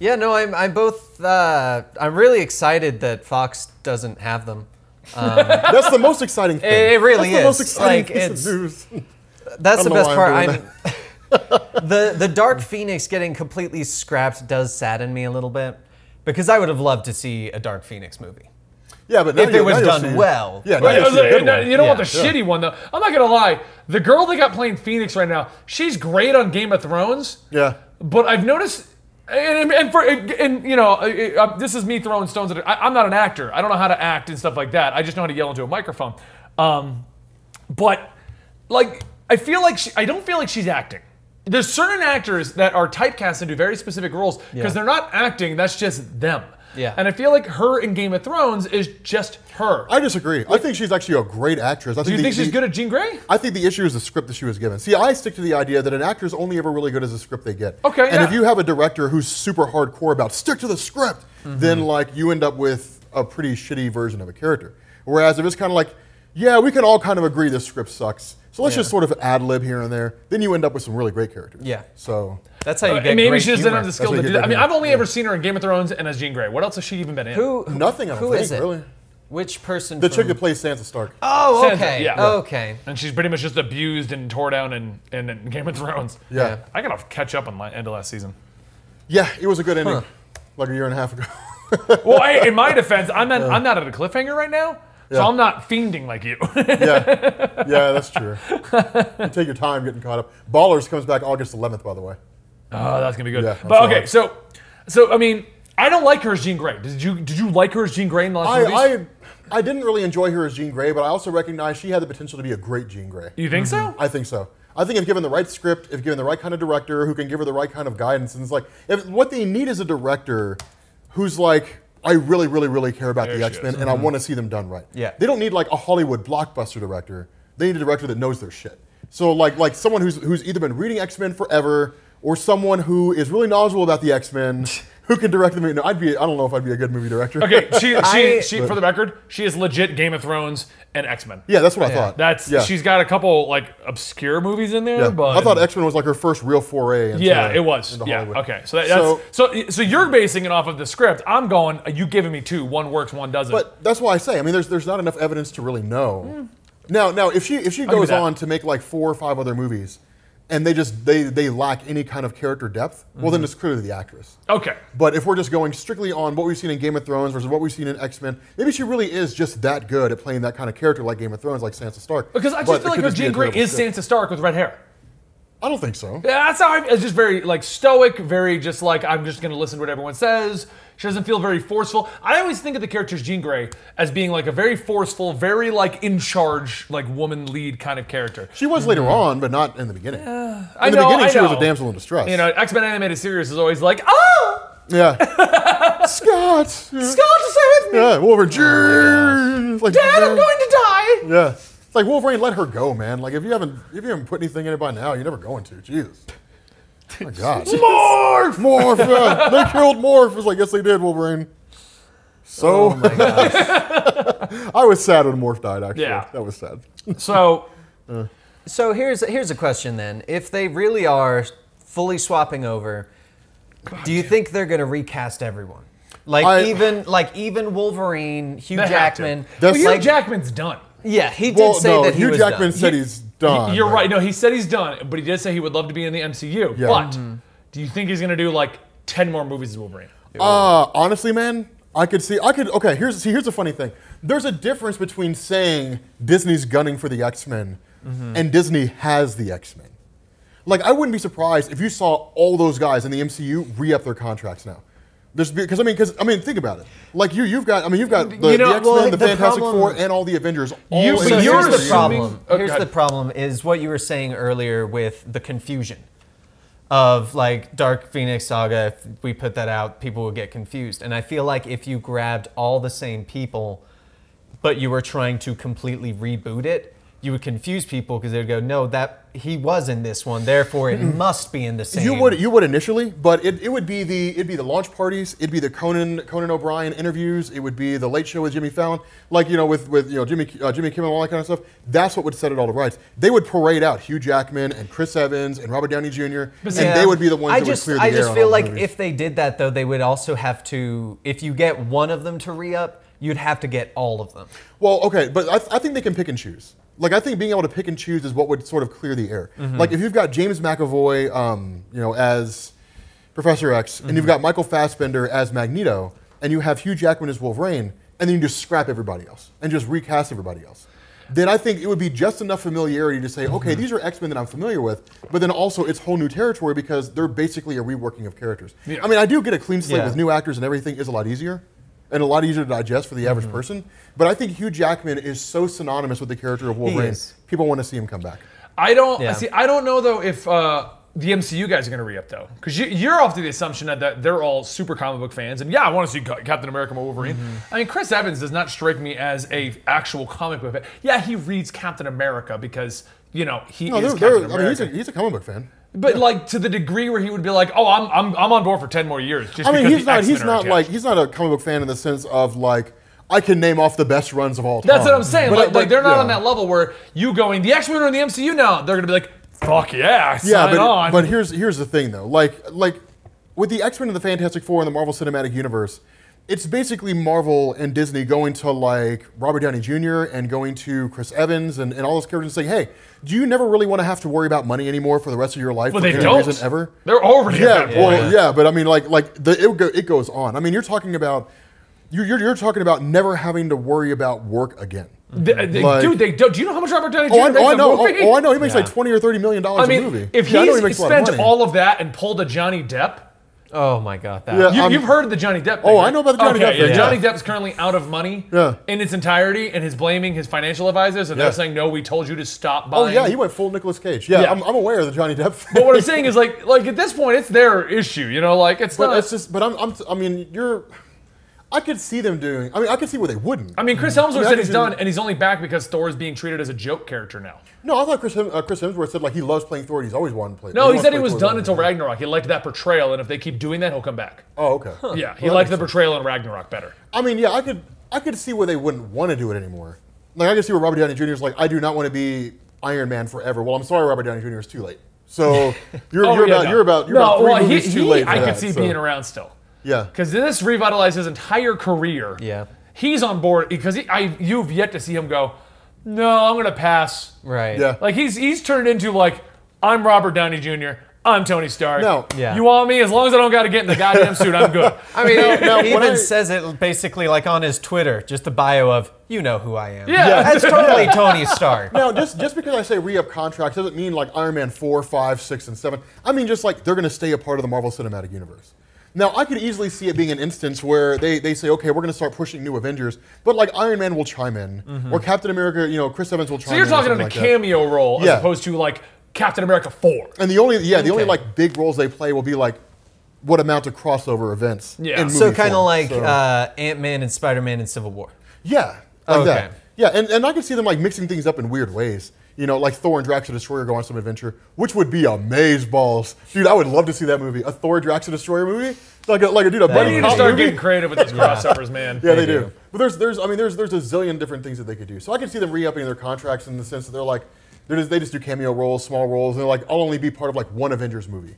Speaker 3: Yeah, no, I'm, I'm both. Uh, I'm really excited that Fox doesn't have them.
Speaker 2: That's the most exciting thing.
Speaker 3: It- it really
Speaker 2: That's the most
Speaker 3: is.
Speaker 2: exciting
Speaker 3: Like,
Speaker 2: piece
Speaker 3: it's-
Speaker 2: of news.
Speaker 3: That's the
Speaker 2: don't know
Speaker 3: best
Speaker 2: why
Speaker 3: part.
Speaker 2: I'm
Speaker 3: I'm,
Speaker 2: doing
Speaker 3: the the Dark Phoenix getting completely scrapped does sadden me a little bit because I would have loved to see a Dark Phoenix movie.
Speaker 2: Yeah, but now
Speaker 3: If it
Speaker 2: you're-
Speaker 3: was
Speaker 2: now you're
Speaker 3: done
Speaker 2: seeing-
Speaker 3: well.
Speaker 2: yeah, now
Speaker 1: Like,
Speaker 2: you're
Speaker 1: it was
Speaker 2: seeing a
Speaker 1: a-
Speaker 2: good one.
Speaker 1: you don't want the
Speaker 2: Yeah.
Speaker 1: shitty one though. I'm not gonna lie. The girl they got playing Phoenix right now, she's great on Game of Thrones.
Speaker 2: Yeah.
Speaker 1: But I've noticed, and, and for and you know, uh, uh, this is me throwing stones at it. I, I'm not an actor. I don't know how to act and stuff like that. I just know how to yell into a microphone. Um, but like, I feel like she, I don't feel like she's acting. There's certain actors that are typecast into very specific roles because
Speaker 3: Yeah.
Speaker 1: they're not acting. That's just them.
Speaker 3: Yeah.
Speaker 1: And I feel like her in Game of Thrones is just her.
Speaker 2: I disagree. I think she's actually a great actress. I
Speaker 1: Do you
Speaker 2: the-
Speaker 1: think she's
Speaker 2: the-
Speaker 1: good at Jean Grey?
Speaker 2: I think the issue is the script that she was given. See, I stick to the idea that an actor is only ever really good as the script they get.
Speaker 1: Okay,
Speaker 2: And
Speaker 1: yeah.
Speaker 2: if you have a director who's super hardcore about stick to the script,
Speaker 3: Mm-hmm.
Speaker 2: then like you end up with a pretty shitty version of a character. Whereas if it's kind of like, yeah, we can all kind of agree this script sucks. So let's just sort of ad lib here and there. Then you end up with some really great characters.
Speaker 3: Yeah.
Speaker 2: So
Speaker 3: That's how you
Speaker 1: And
Speaker 3: get.
Speaker 1: Uh, maybe
Speaker 3: great
Speaker 1: she just didn't have
Speaker 3: humor.
Speaker 1: the skill
Speaker 2: That's
Speaker 1: to
Speaker 2: what
Speaker 1: do
Speaker 2: you
Speaker 1: that.
Speaker 2: get
Speaker 1: I mean,
Speaker 2: done.
Speaker 1: I've only ever seen her in Game of Thrones and as Jean Grey. What else has she even been in?
Speaker 3: Who? who-
Speaker 2: nothing. I don't
Speaker 3: Who
Speaker 2: think,
Speaker 3: is it?
Speaker 2: Really.
Speaker 3: Which person?
Speaker 2: The
Speaker 3: from-
Speaker 2: chick that plays Sansa Stark.
Speaker 3: Oh,
Speaker 1: Sansa,
Speaker 3: okay.
Speaker 1: yeah.
Speaker 3: Okay.
Speaker 1: And she's pretty much just abused and tore down in, in, in Game of Thrones.
Speaker 2: yeah.
Speaker 1: I gotta catch up on my end of last season.
Speaker 2: Yeah, it was a good ending. Like a year and a half ago.
Speaker 1: Well, hey, in my defense, I'm not, I'm not at a cliffhanger right now, so
Speaker 2: Yeah.
Speaker 1: I'm not fiending like you.
Speaker 2: yeah. Yeah, that's true. You take your time getting caught up. Ballers comes back August 11th, by the way.
Speaker 1: Oh, that's gonna be good.
Speaker 2: Yeah,
Speaker 1: but
Speaker 2: that's
Speaker 1: okay,
Speaker 2: all.
Speaker 1: so so I mean, I don't like her as Jean Grey. Did you did you like her as Jean Grey in the last movies?
Speaker 2: I, I, I didn't really enjoy her as Jean Grey, but I also recognize she had the potential to be a great Jean Grey.
Speaker 1: you think so?
Speaker 2: I think so. I think if given the right script, if given the right kind of director who can give her the right kind of guidance, and it's like if what they need is a director who's like, I really, really, really care about the
Speaker 1: she Mm-hmm.
Speaker 2: X Men, and I want to see them done right.
Speaker 3: Yeah.
Speaker 2: They don't need like a Hollywood blockbuster director. They need a director that knows their shit. So like like someone who's who's either been reading X Men forever or someone who is really knowledgeable about the X Men. Who can direct the movie? No, I'd be. I don't know if I'd be a good movie director.
Speaker 1: Okay, she, she,
Speaker 3: I-
Speaker 1: she for the record, she is legit Game of Thrones and X Men.
Speaker 2: Yeah, that's what I thought.
Speaker 1: That's
Speaker 2: yeah.
Speaker 1: she's got a couple like obscure movies in there,
Speaker 2: Yeah.
Speaker 1: but
Speaker 2: I thought X Men was like her first real foray. Into,
Speaker 1: yeah, it was.
Speaker 2: into
Speaker 1: Yeah,
Speaker 2: Hollywood.
Speaker 1: okay. So that, that's so, so you're basing it off of the script. I'm going. You giving me two. One works, one doesn't.
Speaker 2: But that's why I say. I mean, there's there's not enough evidence to really know.
Speaker 1: Mm.
Speaker 2: Now, now if she if she goes
Speaker 1: that.
Speaker 2: on to make like four or five other movies, and they just they they lack any kind of character depth, well
Speaker 1: Mm-hmm.
Speaker 2: then it's clearly the actress.
Speaker 1: okay.
Speaker 2: But if we're just going strictly on what we've seen in Game of Thrones versus what we've seen in X Men, maybe she really is just that good at playing that kind of character, like Game of Thrones, like Sansa Stark.
Speaker 1: Because I just
Speaker 2: But it
Speaker 1: feel like
Speaker 2: could
Speaker 1: her
Speaker 2: just be
Speaker 1: Jean
Speaker 2: a
Speaker 1: Grey
Speaker 2: terrible
Speaker 1: is
Speaker 2: script.
Speaker 1: Sansa Stark with red hair.
Speaker 2: I don't think so.
Speaker 1: Yeah, That's how I, it's just very like stoic, very just like I'm just gonna listen to what everyone says. She doesn't feel very forceful. I always think of the character's Jean Grey as being like a very forceful, very like in charge, like woman lead kind of character.
Speaker 2: She was later on, but not in the beginning.
Speaker 1: Mm. I
Speaker 2: in the
Speaker 1: know,
Speaker 2: beginning,
Speaker 1: I
Speaker 2: she was a
Speaker 1: know.
Speaker 2: damsel in distress.
Speaker 1: You know, X Men animated series is always like, ah,
Speaker 2: Yeah. Scott. Yeah.
Speaker 1: Scott, save me!
Speaker 2: Yeah, Wolverine. "Jeez," like,
Speaker 1: Dad, I'm going to die.
Speaker 2: Yeah. It's like Wolverine, let her go, man. Like if you haven't if you haven't put anything in it by now, you're never going to. Jesus. My God.
Speaker 1: Morph.
Speaker 2: Morph! yeah. They killed Morph. It's like, yes, they did, Wolverine. So
Speaker 3: Oh my god.
Speaker 2: I was sad when Morph died, actually.
Speaker 1: Yeah.
Speaker 2: That was sad.
Speaker 1: So,
Speaker 3: So here's here's a question then. If they really are fully swapping over, do you think they're going to recast everyone? Like
Speaker 2: I-
Speaker 3: even like even Wolverine, Hugh
Speaker 1: They have to.
Speaker 3: Jackman.
Speaker 1: Well,
Speaker 2: That's-
Speaker 1: Hugh
Speaker 3: like,
Speaker 1: Jackman's done.
Speaker 3: yeah, he did
Speaker 2: Well,
Speaker 3: say
Speaker 2: no,
Speaker 3: that he
Speaker 2: Hugh
Speaker 3: was
Speaker 2: Jackman
Speaker 3: done.
Speaker 2: said he's done.
Speaker 1: You're right. No, he said he's done, but he did say he would love to be in the MCU.
Speaker 2: Yeah. Mm-hmm.
Speaker 1: But do you think he's going to do like 10 more movies as Wolverine?
Speaker 2: Uh, honestly, man, I could see. I could. Okay, here's see. Here's the funny thing. There's a difference between saying Disney's gunning for the X Men and Disney has the X Men. Like, I wouldn't be surprised if you saw all those guys in the MCU re-up their contracts now. There's because I mean, because I mean, think about it. Like you, you've got. I mean, you've got the,
Speaker 1: You know,
Speaker 2: the X Men,
Speaker 1: well,
Speaker 2: the,
Speaker 3: the
Speaker 2: Fantastic
Speaker 3: problem-
Speaker 2: Four, and all the Avengers. All
Speaker 1: You-
Speaker 2: in
Speaker 1: so
Speaker 3: But
Speaker 2: the
Speaker 1: you're
Speaker 3: here's the
Speaker 2: MCU.
Speaker 1: assuming-
Speaker 3: problem.
Speaker 1: Oh,
Speaker 3: here's
Speaker 1: God.
Speaker 3: the problem is what you were saying earlier with the confusion of like Dark Phoenix Saga. If we put that out, people would get confused. And I feel like if you grabbed all the same people, but you were trying to completely reboot it, you would confuse people because they'd go, "No, that he was in this one, therefore it must be in the same."
Speaker 2: Mm-hmm. You would you would initially, but it, it would be the it'd be the launch parties, it'd be the Conan Conan O'Brien interviews, it would be the Late Show with Jimmy Fallon, like you know with with you know Jimmy uh, Jimmy Kimmel and all that kind of stuff. That's what would set it all to rights. They would parade out Hugh Jackman and Chris Evans and Robert Downey Jr. and
Speaker 3: Yeah.
Speaker 2: they would be the ones
Speaker 3: I
Speaker 2: that
Speaker 3: just,
Speaker 2: would clear the
Speaker 3: I
Speaker 2: air
Speaker 3: just
Speaker 2: on
Speaker 3: feel
Speaker 2: all the
Speaker 3: like
Speaker 2: movies.
Speaker 3: if they did that though, they would also have to. If you get one of them to re up, you'd have to get all of them.
Speaker 2: Well, okay, but I, I think they can pick and choose. Like I think being able to pick and choose is what would sort of clear the air. Like if you've got James McAvoy, um, you know, as Professor X, and you've got Michael Fassbender as Magneto, and you have Hugh Jackman as Wolverine, and then you just scrap everybody else and just recast everybody else. Then I think it would be just enough familiarity to say, okay, these are X Men that I'm familiar with, but then also it's whole new territory because they're basically a reworking of characters. I mean, I do get a clean slate
Speaker 3: Yeah.
Speaker 2: with new actors and everything is a lot easier and a lot easier to digest for the average
Speaker 1: Mm-hmm.
Speaker 2: person. But I think Hugh Jackman is so synonymous with the character of Wolverine,
Speaker 3: is.
Speaker 2: people want to see him come back.
Speaker 1: I don't
Speaker 3: Yeah.
Speaker 1: see. I don't know though if uh, the MCU guys are going to re-up though, because you, you're off to the assumption that, that they're all super comic book fans, and yeah, I want to see Ca- Captain America more Wolverine.
Speaker 2: Mm-hmm.
Speaker 1: I mean, Chris Evans does not strike me as a actual comic book fan. Yeah, he reads Captain America because you know he
Speaker 2: No,
Speaker 1: is
Speaker 2: they're- they're-
Speaker 1: Captain
Speaker 2: I mean, he's
Speaker 1: America.
Speaker 2: a, he's a comic book fan.
Speaker 1: but like to the degree where he would be like, oh, I'm I'm, I'm on board for ten more years. Just
Speaker 2: I mean,
Speaker 1: because
Speaker 2: he's
Speaker 1: the
Speaker 2: not.
Speaker 1: X-Men
Speaker 2: He's
Speaker 1: are
Speaker 2: not
Speaker 1: attached.
Speaker 2: like he's not a comic book fan in the sense of like I can name off the best runs of all time.
Speaker 1: That's what I'm saying.
Speaker 2: Oh, But I-
Speaker 1: like,
Speaker 2: but-
Speaker 1: like, they're not
Speaker 2: yeah.
Speaker 1: on that level where you going the X Men are in the MCU now. They're going to be like, fuck yeah, sign
Speaker 2: Yeah, but,
Speaker 1: on.
Speaker 2: but here's here's the thing though. Like like with the X Men and the Fantastic Four and the Marvel Cinematic Universe, it's basically Marvel and Disney going to like Robert Downey Jr. and going to Chris Evans and, and all those characters and saying, hey, do you never really want to have to worry about money anymore for the rest of your life?
Speaker 1: Well,
Speaker 2: for
Speaker 1: they
Speaker 2: any
Speaker 1: don't.
Speaker 2: reason ever.
Speaker 1: they're already at
Speaker 2: Yeah,
Speaker 1: that point.
Speaker 2: well, yeah, but I mean, like, like the it, go, it goes on. I mean, you're talking about you're, you're you're talking about never having to worry about work again.
Speaker 1: They- they-
Speaker 2: Like-
Speaker 1: dude, they do. Do you know how much Robert Downey Jr.
Speaker 2: Oh, I,
Speaker 1: makes
Speaker 2: oh, I
Speaker 1: a
Speaker 2: know. Oh,
Speaker 1: movie?
Speaker 2: oh, I know. He makes like
Speaker 3: Yeah.
Speaker 2: twenty or thirty million dollars
Speaker 1: I
Speaker 2: a movie.
Speaker 1: mean, if
Speaker 2: Yeah, I know
Speaker 1: he's
Speaker 2: makes a lot of
Speaker 1: spent
Speaker 2: money.
Speaker 1: all of that and pulled a Johnny Depp,
Speaker 3: Oh my god, that.
Speaker 2: Yeah.
Speaker 1: you,
Speaker 2: Um,
Speaker 1: you've heard of the Johnny Depp. Thing,
Speaker 2: oh, I
Speaker 1: right?
Speaker 2: know about the Johnny
Speaker 1: Okay,
Speaker 2: Depp thing,
Speaker 1: yeah.
Speaker 2: yeah.
Speaker 1: Johnny Depp's currently out of money
Speaker 2: Yeah.
Speaker 1: in its entirety, and is blaming his financial advisors, and
Speaker 2: Yeah.
Speaker 1: they're saying, "No, we told you to stop
Speaker 2: Oh
Speaker 1: buying."
Speaker 2: yeah, he went full Nicolas Cage. Yeah,
Speaker 1: Yeah.
Speaker 2: I'm, I'm aware of the Johnny Depp. Thing.
Speaker 1: but what I'm saying is, like, like at this point, it's their issue. You know, like it's
Speaker 2: but
Speaker 1: not.
Speaker 2: that's just. But I'm, I'm. I mean, you're. I could see them doing. I mean, I could see where they wouldn't.
Speaker 1: I mean, Chris Hemsworth
Speaker 2: mean, Mm. I
Speaker 1: said
Speaker 2: could
Speaker 1: he's
Speaker 2: do-
Speaker 1: done, and he's only back because Thor is being treated as a joke character now.
Speaker 2: no, I thought Chris, Hem- uh, Chris Hemsworth said like he loves playing Thor. and He's always wanted to play.
Speaker 1: No, he
Speaker 2: wants to
Speaker 1: said he
Speaker 2: play
Speaker 1: was
Speaker 2: Thor
Speaker 1: done
Speaker 2: longer.
Speaker 1: until Ragnarok. He liked that portrayal, and if they keep doing that, he'll come back.
Speaker 2: Oh, okay.
Speaker 1: Yeah, he
Speaker 2: Well, that
Speaker 1: liked the
Speaker 2: makes
Speaker 1: portrayal in Ragnarok better.
Speaker 2: I mean, yeah, I could I could see where they wouldn't want to do it anymore. Like I could see where Robert Downey Jr. is like, I do not want to be Iron Man forever. Well, I'm sorry, Robert Downey Jr. is too late. So you're,
Speaker 1: Oh,
Speaker 2: you're
Speaker 1: yeah,
Speaker 2: about
Speaker 1: no.
Speaker 2: you're about you're
Speaker 1: no,
Speaker 2: about three
Speaker 1: well,
Speaker 2: movies
Speaker 1: he,
Speaker 2: too
Speaker 1: he-
Speaker 2: late. For
Speaker 1: I
Speaker 2: that,
Speaker 1: could see
Speaker 2: so.
Speaker 1: being around still.
Speaker 2: Yeah.
Speaker 1: Because this revitalized his entire career.
Speaker 3: Yeah.
Speaker 1: He's on board because he, I you've yet to see him go. No, I'm gonna pass.
Speaker 3: Right.
Speaker 2: Yeah.
Speaker 1: Like he's he's turned into like I'm Robert Downey Jr. I'm Tony Stark.
Speaker 2: No.
Speaker 3: Yeah.
Speaker 1: You want me? As long as I don't got to get in the goddamn suit, I'm good.
Speaker 3: I mean,
Speaker 2: now,
Speaker 3: he
Speaker 2: when
Speaker 3: even
Speaker 2: I-
Speaker 3: says it basically like on his Twitter, just the bio of "You know who I am."
Speaker 1: Yeah. Yeah.
Speaker 3: that's totally Tony Stark.
Speaker 2: Now, just just because I say re-up contracts doesn't mean like Iron Man 4, 5, 6, and 7. I mean just like they're going to stay a part of the Marvel Cinematic Universe. Now, I could easily see it being an instance where they, they say, okay, we're going to start pushing new Avengers, but like Iron Man will chime in, or Captain America, you know, Chris Evans will
Speaker 1: Mm-hmm. so
Speaker 2: chime in.
Speaker 1: you're
Speaker 2: or
Speaker 1: talking on
Speaker 2: something
Speaker 1: a
Speaker 2: like that.
Speaker 1: cameo role
Speaker 2: Yeah.
Speaker 1: as opposed to like Captain America Four.
Speaker 2: And the only yeah, the only
Speaker 3: Okay.
Speaker 2: like big roles they play will be like what amount to crossover events.
Speaker 1: Yeah.
Speaker 2: in
Speaker 3: So
Speaker 2: movie
Speaker 3: kind of
Speaker 2: form.
Speaker 3: like
Speaker 2: So-
Speaker 3: uh, Ant Man and Spider Man in Civil War.
Speaker 2: yeah, like
Speaker 3: okay.
Speaker 2: that. Yeah, and, and I can see them like mixing things up in weird ways. You know, like Thor and Drax the Destroyer go on some adventure, which would be amaze balls, dude. I would love to see that movie, a Thor Drax the Destroyer movie, like a, like a dude a
Speaker 1: They
Speaker 2: buddy
Speaker 1: need to
Speaker 2: cop
Speaker 1: start
Speaker 2: movie.
Speaker 1: getting creative with these crossovers, man.
Speaker 2: Oh, Yeah, they,
Speaker 3: They
Speaker 2: do.
Speaker 3: do.
Speaker 2: But there's there's I mean there's there's a zillion different things that they could do. So I could see them re-upping their contracts in the sense that they're like They're just, they just do cameo roles, small roles, and they're like, I'll only be part of like one Avengers movie.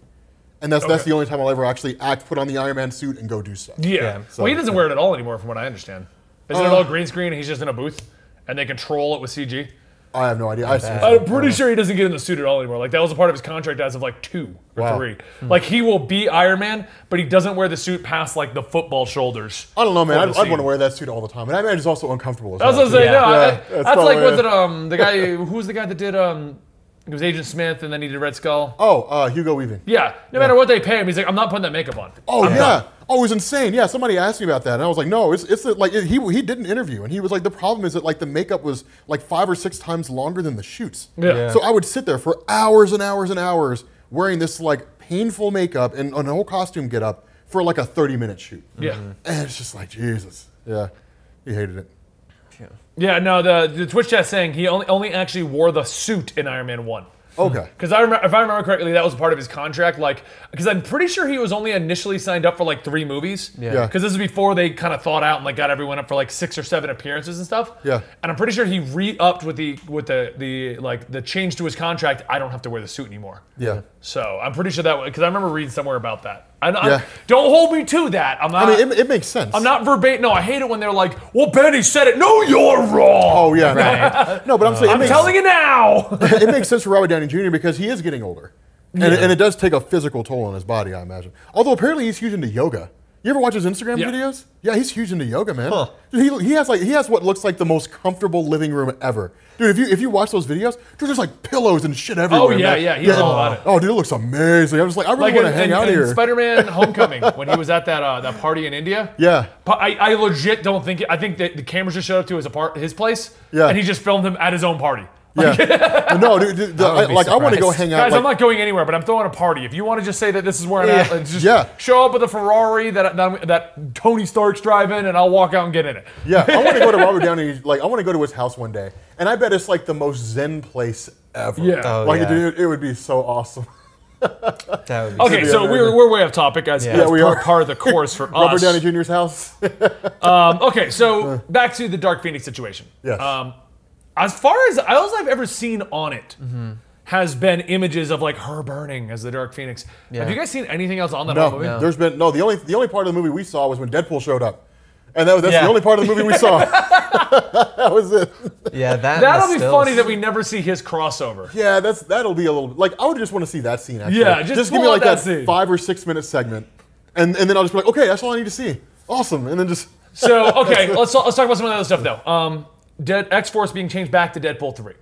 Speaker 2: And that's, that's
Speaker 1: Okay.
Speaker 2: the only time I'll ever actually act, put on the Iron Man suit, and go do stuff.
Speaker 1: Yeah.
Speaker 3: Yeah,
Speaker 1: well, he doesn't wear it at all anymore, from what I understand. Isn't it
Speaker 2: Uh.
Speaker 1: all green screen and he's just in a booth and they control it with CG?
Speaker 2: I have no idea. I assume so.
Speaker 1: I'm pretty sure he doesn't get in the suit at all anymore. Like that was a part of his contract as of like two or
Speaker 2: Wow. Hmm.
Speaker 1: three. Like he will be Iron Man, but he doesn't wear the suit past like the football shoulders.
Speaker 2: I don't know, man.
Speaker 1: Of
Speaker 2: I'd,
Speaker 1: the
Speaker 2: I'd want to
Speaker 1: scene.
Speaker 2: wear that suit all the time. And Iron Man is also uncomfortable. As
Speaker 1: I was
Speaker 2: hell,
Speaker 1: gonna
Speaker 2: too.
Speaker 1: say no. I-
Speaker 2: Yeah,
Speaker 1: I-
Speaker 2: that's
Speaker 1: that's
Speaker 2: not
Speaker 1: like
Speaker 2: weird.
Speaker 1: was it um the guy who's the guy that did um it was Agent Smith and then he did Red Skull.
Speaker 2: Oh, uh, Hugo Weaving.
Speaker 1: Yeah. No matter what they pay him, he's like I'm not putting that makeup on.
Speaker 2: Oh yeah. Oh, it was insane. Yeah, somebody asked me about that, and I was like, no, it's it's the- like he he did an interview, and he was like, the problem is that like the makeup was like five or six times longer than the shoots.
Speaker 1: Yeah. Yeah.
Speaker 2: So I would sit there for hours and hours and hours wearing this like painful makeup and and a whole costume get up for like a thirty minute shoot.
Speaker 1: Yeah.
Speaker 2: And it's just like Jesus. Yeah. He hated it.
Speaker 1: Yeah. No. The the Twitch chat saying he only only actually wore the suit in Iron Man one.
Speaker 2: Okay.
Speaker 1: Because I remember, if I remember correctly, that was part of his contract. Like, because I'm pretty sure he was only initially signed up for like three movies.
Speaker 2: Yeah.
Speaker 1: Because this is before they kind of thought out and like got everyone up for like six or seven appearances and stuff.
Speaker 2: Yeah.
Speaker 1: And I'm pretty sure he re-upped with the with the the like the change to his contract. I don't have to wear the suit anymore.
Speaker 2: Yeah.
Speaker 1: So I'm pretty sure that because I remember reading somewhere about that. I, I,
Speaker 2: Yeah.
Speaker 1: Don't hold me to that. I'm
Speaker 2: I
Speaker 1: not.
Speaker 2: mean, it, it makes sense.
Speaker 1: I'm not verbatim. No, I hate it when they're like, "Well, Benny said it." No, you're wrong.
Speaker 2: Oh yeah. no. No, but I'm saying it
Speaker 1: I'm
Speaker 2: makes-
Speaker 1: telling you now.
Speaker 2: it makes sense for Robert Downey Jr. because he is getting older, and, it, and it does take a physical toll on his body, I imagine. Although apparently he's huge into yoga. You ever watch his Instagram
Speaker 1: Yeah.
Speaker 2: videos? Yeah, he's huge into yoga, man.
Speaker 3: Huh.
Speaker 2: He, he has like he has what looks like the most comfortable living room ever, dude. If you if you watch those videos, dude, there's like pillows and shit everywhere.
Speaker 1: Oh, yeah,
Speaker 2: man.
Speaker 1: yeah, he's all about it.
Speaker 2: Oh, dude, it looks amazing. I'm just like, I really
Speaker 1: like
Speaker 2: want
Speaker 1: in,
Speaker 2: to hang
Speaker 1: in,
Speaker 2: out
Speaker 1: in
Speaker 2: here.
Speaker 1: Spider-Man: Homecoming when he was at that uh, that party in India.
Speaker 2: Yeah.
Speaker 1: Pa- I, I legit don't think I think that the cameras just showed up to his apart his place.
Speaker 2: Yeah.
Speaker 1: And he just filmed him at his own party.
Speaker 2: yeah. no, dude, dude, the-
Speaker 3: I
Speaker 2: I,
Speaker 3: would be
Speaker 2: like I want to go
Speaker 3: surprised.
Speaker 2: hang out.
Speaker 1: Guys,
Speaker 2: like-
Speaker 1: I'm not going anywhere, but I'm throwing a party. If you want to just say that this is where I'm at,
Speaker 3: Yeah.
Speaker 1: let's just
Speaker 2: Yeah.
Speaker 1: show up with a Ferrari that, that that Tony Stark's driving, and I'll walk out and get in it.
Speaker 2: Yeah, I want to go to Robert Downey. Like, I want to go to his house one day, and I bet it's like the most zen place ever.
Speaker 1: Yeah. Oh,
Speaker 2: like
Speaker 3: yeah.
Speaker 2: dude, it would be so awesome.
Speaker 3: That would be
Speaker 1: Okay,
Speaker 2: be
Speaker 1: so
Speaker 2: on
Speaker 1: we're,
Speaker 2: there.
Speaker 1: we're way off topic, guys.
Speaker 3: Yeah.
Speaker 1: That's
Speaker 2: Yeah, we
Speaker 1: part,
Speaker 2: are.
Speaker 1: part of the course for
Speaker 2: Robert
Speaker 1: us.
Speaker 2: Downey Jr.'s house.
Speaker 1: Um, okay, so back to the Dark Phoenix situation.
Speaker 2: Uh. Yes.
Speaker 1: Um, as far as all I've ever seen on it
Speaker 3: Mm-hmm.
Speaker 1: has been images of like her burning as the Dark Phoenix.
Speaker 3: Yeah.
Speaker 1: Have you guys seen anything else on that
Speaker 2: no,
Speaker 1: whole movie?
Speaker 2: there's been no. The only the only part of the movie we saw was when Deadpool showed up, and that was that's
Speaker 3: Yeah.
Speaker 2: the only part of the movie we saw. that was it.
Speaker 3: yeah. That
Speaker 1: That'll be
Speaker 3: stills.
Speaker 1: funny that we never see his crossover.
Speaker 2: Yeah, that's that'll be a little like I would just want to see that scene. Actually.
Speaker 1: Yeah, just
Speaker 2: give me
Speaker 1: pull out
Speaker 2: like
Speaker 1: that scene.
Speaker 2: five or six minute segment, and and then I'll just be like, okay, that's all I need to see. Awesome, and then just
Speaker 1: So okay, let's let's talk about some of the other stuff though. Um, Dead X Force being changed back to Deadpool three,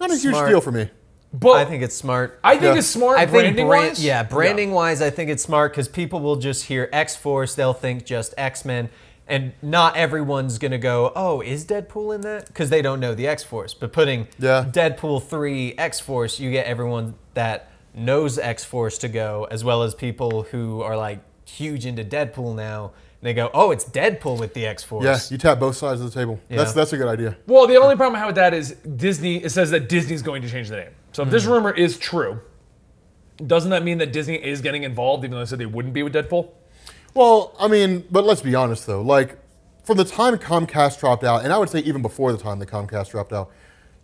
Speaker 2: not a
Speaker 3: Smart.
Speaker 2: huge deal for me.
Speaker 1: but
Speaker 3: I think it's smart.
Speaker 1: I think
Speaker 2: yeah.
Speaker 1: it's smart
Speaker 3: I think
Speaker 1: branding
Speaker 3: brand,
Speaker 1: wise.
Speaker 3: yeah, branding wise, I think it's smart because people will just hear X Force, they'll think just X Men, and not everyone's gonna go, "Oh, is Deadpool in that?" Because they don't know the X Force. But putting
Speaker 2: Yeah.
Speaker 3: Deadpool three X Force, you get everyone that knows X Force to go, as well as people who are like huge into Deadpool now. And they go, "Oh, it's Deadpool with the X Force."
Speaker 2: Yeah, you tap both sides of the table. That's
Speaker 3: Yeah.
Speaker 2: that's a good idea.
Speaker 1: Well, the only problem I have with that is Disney. It says that Disney's going to change the name. So if
Speaker 2: Hmm.
Speaker 1: this rumor is true, doesn't that mean that Disney is getting involved, even though they said they wouldn't be with Deadpool?
Speaker 2: Well, I mean, but let's be honest though. Like, from the time Comcast dropped out, and I would say even before the time that Comcast dropped out,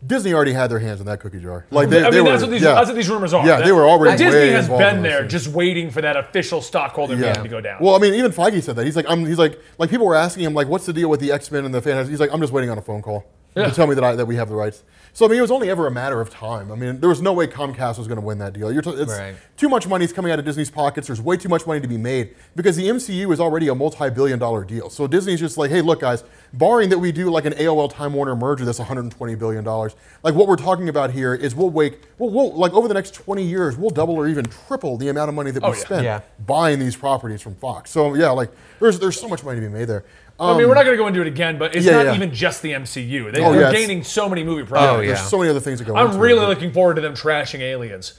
Speaker 2: Disney already had their hands in that cookie jar. Like, they,
Speaker 1: I
Speaker 2: they
Speaker 1: mean,
Speaker 2: were,
Speaker 1: that's, what these,
Speaker 2: yeah.
Speaker 1: that's what these rumors are.
Speaker 2: Yeah,
Speaker 1: That-
Speaker 2: they were already
Speaker 1: Disney
Speaker 2: way
Speaker 1: has
Speaker 2: involved
Speaker 1: been
Speaker 2: in this
Speaker 1: there,
Speaker 2: thing.
Speaker 1: just waiting for that official stockholder
Speaker 2: Yeah.
Speaker 1: meeting to go down.
Speaker 2: Well, I mean, even Feige said that. He's like, I'm, he's like, like people were asking him, like, what's the deal with the X Men and the Fantastic? He's like, I'm just waiting on a phone call
Speaker 1: Yeah.
Speaker 2: to tell me that I, that we have the rights. So I mean, it was only ever a matter of time. I mean, there was no way Comcast was going to win that deal. You're t- it's
Speaker 3: Right.
Speaker 2: too much money is coming out of Disney's pockets. There's way too much money to be made because the MCU is already a multi-billion-dollar deal. So Disney's just like, hey, look, guys, barring that we do like an AOL Time Warner merger that's 120 billion dollars, like what we're talking about here is we'll wake, we'll, we'll like over the next 20 years, we'll double or even triple the amount of money that we
Speaker 1: Oh, yeah.
Speaker 2: spend
Speaker 3: Yeah.
Speaker 2: buying these properties from Fox. So yeah, like there's there's so much money to be made there. Um,
Speaker 1: I mean, we're not going to go into it again, but it's
Speaker 2: yeah,
Speaker 1: not
Speaker 2: yeah.
Speaker 1: even just the MCU. They,
Speaker 2: Oh,
Speaker 1: are
Speaker 2: yeah, it's- Oh,
Speaker 1: gaining so many movie projects.
Speaker 3: yeah.
Speaker 2: there's so many other things that go.
Speaker 1: I'm
Speaker 2: into it,
Speaker 1: really
Speaker 2: but-
Speaker 1: looking forward to them trashing aliens.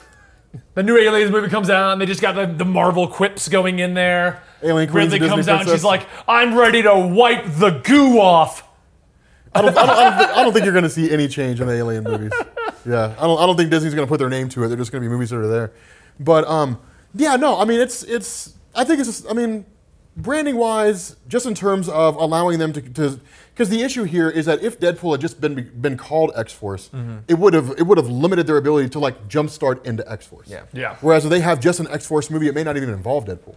Speaker 1: the new aliens movie comes out, and they just got the, the Marvel quips going in there.
Speaker 2: Alien Queen's
Speaker 1: Ridley
Speaker 2: a Disney
Speaker 1: comes out, and she's
Speaker 2: princess.
Speaker 1: like, "I'm ready to wipe the goo off."
Speaker 2: I don't, I don't, I don't, think, I don't think you're going to see any change in the Alien movies. Yeah, I don't, I don't think Disney's going to put their name to it. They're just going to be movies that are there. But um, yeah, no, I mean it's it's. I think it's just. I mean, branding wise, just in terms of allowing them to, because the issue here is that if Deadpool had just been been called X Force,
Speaker 1: Mm-hmm.
Speaker 2: it would have it would have limited their ability to like jumpstart into X Force.
Speaker 3: Yeah.
Speaker 1: Yeah.
Speaker 2: Whereas if they have just an X Force movie, it may not even involve Deadpool.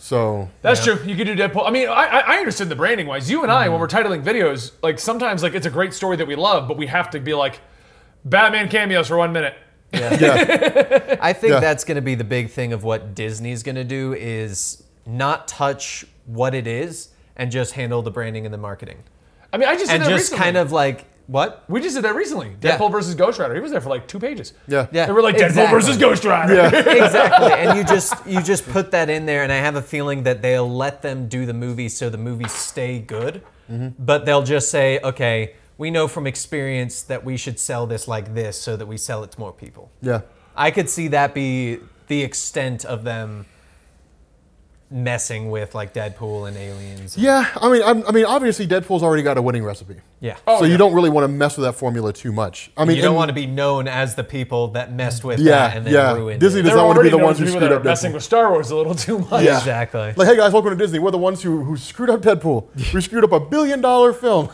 Speaker 2: So
Speaker 1: That's true. You could do Deadpool. I mean, I, I, I understand the branding wise. You and I, when we're titling videos, like sometimes like it's a great story that we love, but we have to be like, Batman cameos for one minute.
Speaker 3: I think
Speaker 2: Yeah.
Speaker 3: that's going to be the big thing of what Disney's going to do is not touch what it is and just handle the branding and the marketing.
Speaker 1: I mean, I just
Speaker 3: And
Speaker 1: did that
Speaker 3: just
Speaker 1: recently.
Speaker 3: kind of like what?
Speaker 1: we just did that recently. Deadpool
Speaker 3: Yeah.
Speaker 1: versus Ghost Rider. He was there for like two pages.
Speaker 2: yeah,
Speaker 3: Yeah.
Speaker 1: They were like Deadpool
Speaker 3: Exactly.
Speaker 1: versus Ghost Rider.
Speaker 3: exactly. And you just you just put that in there and I have a feeling that they'll let them do the movie so the movies stay good. But they'll just say, "Okay, we know from experience that we should sell this like this so that we sell it to more people."
Speaker 2: yeah.
Speaker 3: I could see that be the extent of them messing with like Deadpool and aliens. and-
Speaker 2: Yeah, I mean, I'm, I mean, obviously, Deadpool's already got a winning recipe.
Speaker 3: Yeah.
Speaker 2: so
Speaker 1: yeah.
Speaker 2: you don't really want to mess with that formula too much. I mean,
Speaker 3: you don't
Speaker 2: and-
Speaker 3: want to be known as the people that messed with
Speaker 2: Yeah,
Speaker 3: that and then
Speaker 2: yeah.
Speaker 3: ruined
Speaker 2: Disney
Speaker 3: it.
Speaker 2: does-
Speaker 1: They're
Speaker 2: that wanna be
Speaker 1: already
Speaker 2: the
Speaker 1: known
Speaker 2: ones
Speaker 1: as
Speaker 2: who
Speaker 1: people
Speaker 2: screwed
Speaker 1: that are
Speaker 2: up
Speaker 1: messing
Speaker 2: Deadpool.
Speaker 1: with Star Wars a little too much.
Speaker 2: Yeah.
Speaker 3: Exactly.
Speaker 2: Like, hey guys, welcome to Disney. We're the ones who, who screwed up Deadpool. we screwed up a billion dollar film.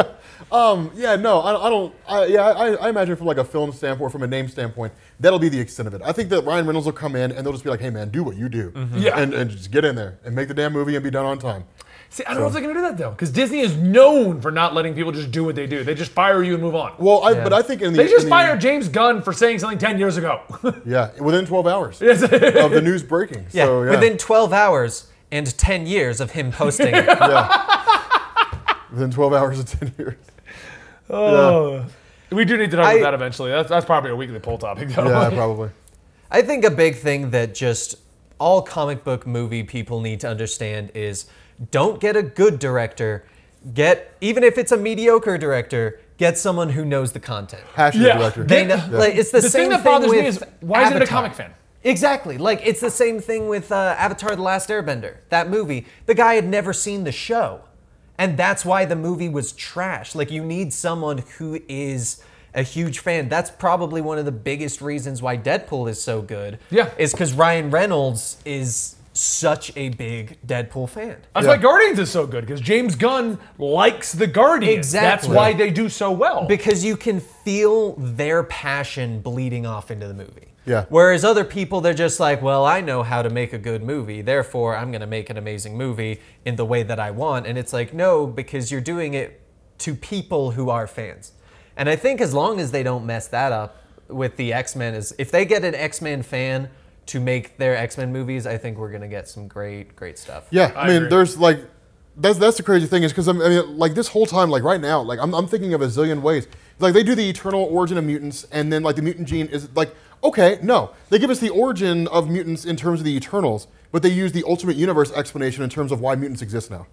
Speaker 2: um, yeah, no, I, I don't. I, yeah, I, I imagine from like a film standpoint, from a name standpoint, that'll be the extent of it. I think that Ryan Reynolds will come in and they'll just be like, hey man, do what you do,
Speaker 3: Mm-hmm.
Speaker 1: Yeah.
Speaker 2: and, and just get in there and make the damn movie and be done on time.
Speaker 1: See, I don't know if they're gonna do that though, because Disney is known for not letting people just do what they do. They just fire you and move on.
Speaker 2: Well, I, but I think in the
Speaker 1: they just
Speaker 2: in the-
Speaker 1: fired James Gunn for saying something ten years ago.
Speaker 2: Yeah, within 12 hours of the news breaking.
Speaker 3: yeah.
Speaker 2: So, yeah.
Speaker 3: Within 12 hours and 10 years of him posting it.
Speaker 2: within 12 hours of 10 years.
Speaker 1: Oh. We do need to talk
Speaker 3: I-
Speaker 1: about that eventually. That's, that's probably a weekly poll topic, though.
Speaker 2: Yeah, probably.
Speaker 3: I think a big thing that just all comic book movie people need to understand is don't get a good director. Get even if it's a mediocre director, get someone who knows the content.
Speaker 2: Passionate
Speaker 1: Yeah.
Speaker 2: director.
Speaker 3: They
Speaker 1: Yeah.
Speaker 3: know, like, it's the,
Speaker 1: The
Speaker 3: same
Speaker 1: thing that bothers me
Speaker 3: with
Speaker 1: is why isn't it a
Speaker 3: Avatar.
Speaker 1: comic fan?
Speaker 3: Exactly. Like it's the same thing with uh, Avatar: The Last Airbender. That movie, the guy had never seen the show, and that's why the movie was trash. Like you need someone who is a huge fan. That's probably one of the biggest reasons why Deadpool is so good.
Speaker 1: Yeah.
Speaker 3: Is because Ryan Reynolds is such a big Deadpool fan.
Speaker 1: That's
Speaker 2: Yeah.
Speaker 1: why Guardians is so good because James Gunn likes the Guardians. That's
Speaker 3: Exactly.
Speaker 1: why they do so well.
Speaker 3: because you can feel their passion bleeding off into the movie.
Speaker 2: Yeah.
Speaker 3: Whereas other people, they're just like, well, I know how to make a good movie, therefore I'm going to make an amazing movie in the way that I want. And it's like, no, because you're doing it to people who are fans. And I think as long as they don't mess that up with the X Men, is if they get an X Men fan to make their X Men movies, I think we're going to get some great, great stuff.
Speaker 2: Yeah, I,
Speaker 1: I
Speaker 2: mean,
Speaker 1: agree.
Speaker 2: there's like, that's that's the crazy thing is because I mean, like this whole time, like right now, like I'm, I'm thinking of a zillion ways. Like they do the eternal origin of mutants, and then like the mutant gene is like, okay, no, they give us the origin of mutants in terms of the Eternals, but they use the Ultimate Universe explanation in terms of why mutants exist now.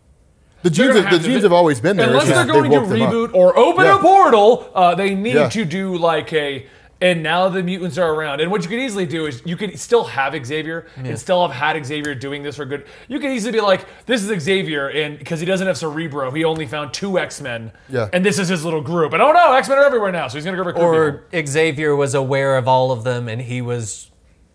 Speaker 2: The
Speaker 1: They're
Speaker 2: genes,
Speaker 1: gonna
Speaker 2: the,
Speaker 1: have to
Speaker 2: genes
Speaker 1: do-
Speaker 2: have always been there.
Speaker 1: Unless
Speaker 2: it's
Speaker 1: they're
Speaker 2: just
Speaker 1: going
Speaker 2: they
Speaker 1: to
Speaker 2: woke them up.
Speaker 1: reboot or open
Speaker 2: Yeah.
Speaker 1: a portal, uh, they need
Speaker 2: Yeah.
Speaker 1: to do like a. And now the mutants are around. And what you could easily do is you could still have Xavier and still have had Xavier doing this for good. You could easily be like, this is Xavier, and because he doesn't have Cerebro, he only found two X Men.
Speaker 2: Yeah.
Speaker 1: And this is his little group. And oh no, X Men are everywhere now, so he's going to go recruit people.
Speaker 3: Or Xavier was aware of all of them and he was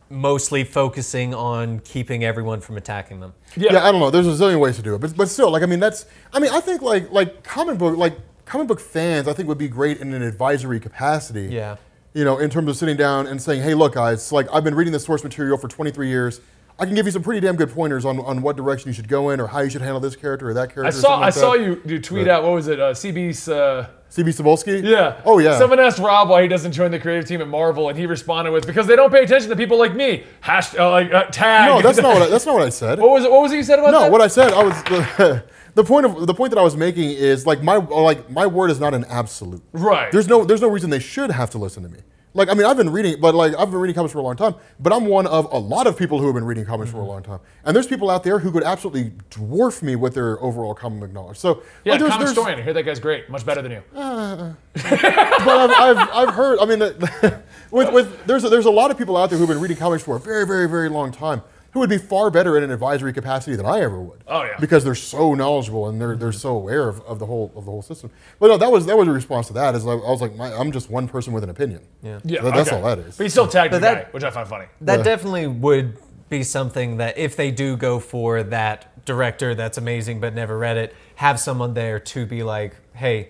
Speaker 3: mostly focusing on keeping everyone from attacking them.
Speaker 2: Yeah. I don't know. There's a zillion ways to do it, but but still, like I mean, that's I mean, I think like like comic book like comic book fans, I think would be great in an advisory capacity.
Speaker 3: Yeah.
Speaker 2: You know, in terms of sitting down and saying, hey, look, guys, like I've been reading this source material for 23 years. I can give you some pretty damn good pointers on, on what direction you should go in or how you should handle this character or that character.
Speaker 1: I
Speaker 2: or
Speaker 1: saw
Speaker 2: something like
Speaker 1: I saw
Speaker 2: that."
Speaker 1: you you tweet out what was it uh, CB's uh,
Speaker 2: CB Cebulski?
Speaker 1: yeah
Speaker 2: Oh, yeah.
Speaker 1: someone asked Rob why he doesn't join the creative team at Marvel and he responded with because they don't pay attention to people like me hash uh, like uh, tag
Speaker 2: no, that's not, what I, that's not what I said.
Speaker 1: what was it Oh, what was it you said about
Speaker 2: no,
Speaker 1: that
Speaker 2: what I said, I was the, the point of the point that I was making is like my like my word is not an absolute.
Speaker 1: Right.
Speaker 2: There's no there's no reason they should have to listen to me. Like I mean, I've been reading, but like I've been reading comics for a long time. But I'm one of a lot of people who have been reading comics
Speaker 1: Mm-hmm.
Speaker 2: for a long time, and there's people out there who could absolutely dwarf me with their overall comic book knowledge. So
Speaker 1: yeah
Speaker 2: like,
Speaker 1: comic
Speaker 2: there's, there's-
Speaker 1: historian I hear that guy's great much better than you
Speaker 2: but I've, I've, I've heard. I mean, that- with, with there's a, there's a lot of people out there who've been reading comics for a very very very long time who would be far better in an advisory capacity than I ever would.
Speaker 1: Oh, yeah.
Speaker 2: Because they're so knowledgeable and they're they're so aware of, of the whole of the whole system. But no, that was that was a response to that. Is I, I was like, my, I'm just one person with an opinion. Yeah.
Speaker 1: yeah
Speaker 2: that's
Speaker 1: okay.
Speaker 2: all that is.
Speaker 1: but he still tagged the
Speaker 3: that-
Speaker 1: guy which I find funny
Speaker 3: That definitely would be something that if they do go for that director that's amazing but never read it, have someone there to be like, hey,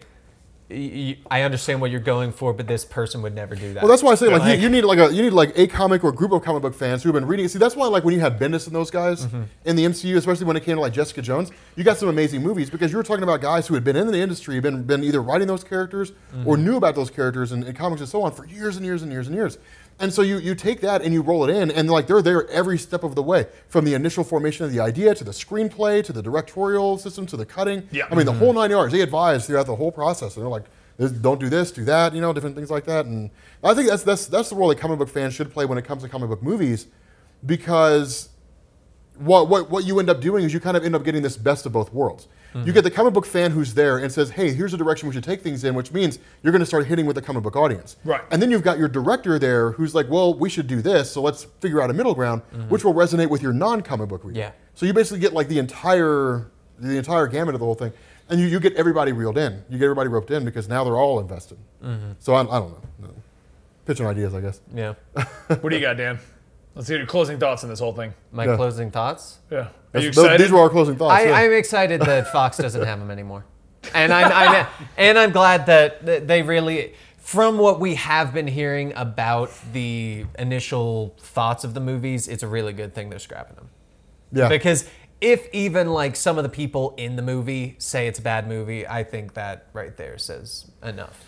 Speaker 3: y- y- I understand what you're going for, but this person would never do that.
Speaker 2: Well, that's why I say like, you, you need like a you need like a comic or group of comic book fans who've been reading. See, that's why like when you had Bendis and those guys in the MCU, especially when it came to like Jessica Jones, you got some amazing movies because you were talking about guys who had been in the industry, been been either writing those characters or knew about those characters and, and comics and so on for years and years and years and years. And so you you take that and you roll it in, and like they're there every step of the way, from the initial formation of the idea to the screenplay to the directorial system to the cutting.
Speaker 1: Yeah.
Speaker 2: I mean the whole nine yards. They advise throughout the whole process, and they're like, this, "Don't do this, do that," you know, different things like that. And I think that's that's that's the role that comic book fans should play when it comes to comic book movies, because what, what, what you end up doing is you kind of end up getting this best of both worlds. You get the comic book fan who's there and says, hey, here's a direction we should take things in, which means you're going to start hitting with the comic book audience.
Speaker 1: Right.
Speaker 2: And then you've got your director there who's like, well, we should do this, so let's figure out a middle ground, which will resonate with your non comic book reader.
Speaker 3: Yeah.
Speaker 2: So you basically get like the entire the entire gamut of the whole thing, and you, you get everybody reeled in. You get everybody roped in because now they're all invested.
Speaker 3: Mm-hmm.
Speaker 2: So I, I don't know. No. Pitching ideas, I guess.
Speaker 3: yeah.
Speaker 1: What do you got, Dan? Let's hear your closing thoughts on this whole thing.
Speaker 3: My
Speaker 2: Yeah.
Speaker 3: closing thoughts?
Speaker 1: Yeah. Are you
Speaker 2: Those-
Speaker 1: excited?
Speaker 2: These were our closing
Speaker 1: Oh,
Speaker 2: thoughts. yeah.
Speaker 3: I, I'm excited that Fox doesn't have them anymore, and I'm, I'm and I'm glad that that they really, from what we have been hearing about the initial thoughts of the movies, it's a really good thing they're scrapping them
Speaker 2: yeah.
Speaker 3: because if even like some of the people in the movie say it's a bad movie, I think that right there says enough.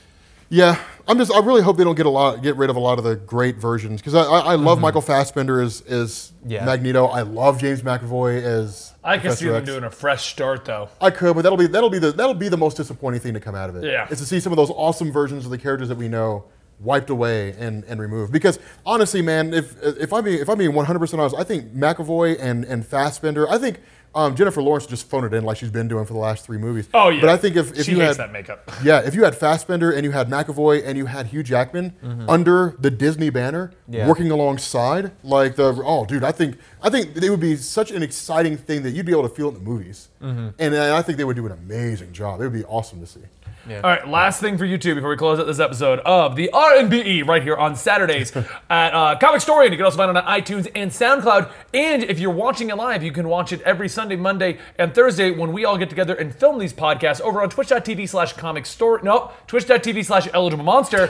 Speaker 2: Yeah, I'm just. I really hope they don't get a lot, get rid of a lot of the great versions because I, I, I love Michael Fassbender as, as
Speaker 3: Mm-hmm. Yeah.
Speaker 2: Magneto. I love James McAvoy as.
Speaker 1: I can see
Speaker 2: Professor
Speaker 1: them
Speaker 2: X.
Speaker 1: doing a fresh start, though.
Speaker 2: I could, but that'll be that'll be the that'll be the most disappointing thing to come out of it.
Speaker 1: Yeah.
Speaker 2: is to see some of those awesome versions of the characters that we know wiped away and, and removed. Because honestly, man, if if I'm being if I'm being 100 percent honest, I think McAvoy and and Fassbender. I think um, Jennifer Lawrence just phoned it in like she's been doing for the last three movies.
Speaker 1: Oh yeah.
Speaker 2: But I think if if
Speaker 1: she
Speaker 2: you
Speaker 1: hates
Speaker 2: had
Speaker 1: that makeup.
Speaker 2: yeah, if you had Fassbender and you had McAvoy and you had Hugh Jackman under the Disney banner,
Speaker 3: Mm-hmm. Yeah.
Speaker 2: working alongside, like the oh, dude, I think I think they would be such an exciting thing that you'd be able to feel in the movies,
Speaker 3: Mm-hmm.
Speaker 2: and I I think they would do an amazing job. It would be awesome to see.
Speaker 1: All right, last thing for you two before we close out this episode of the RNBE right here on Saturdays at uh, Comic Story. And you can also find it on iTunes and SoundCloud. And if you're watching it live, you can watch it every Sunday, Monday, and Thursday when we all get together and film these podcasts over on twitch.tv slash comic story. No, twitch.tv slash eligible monster.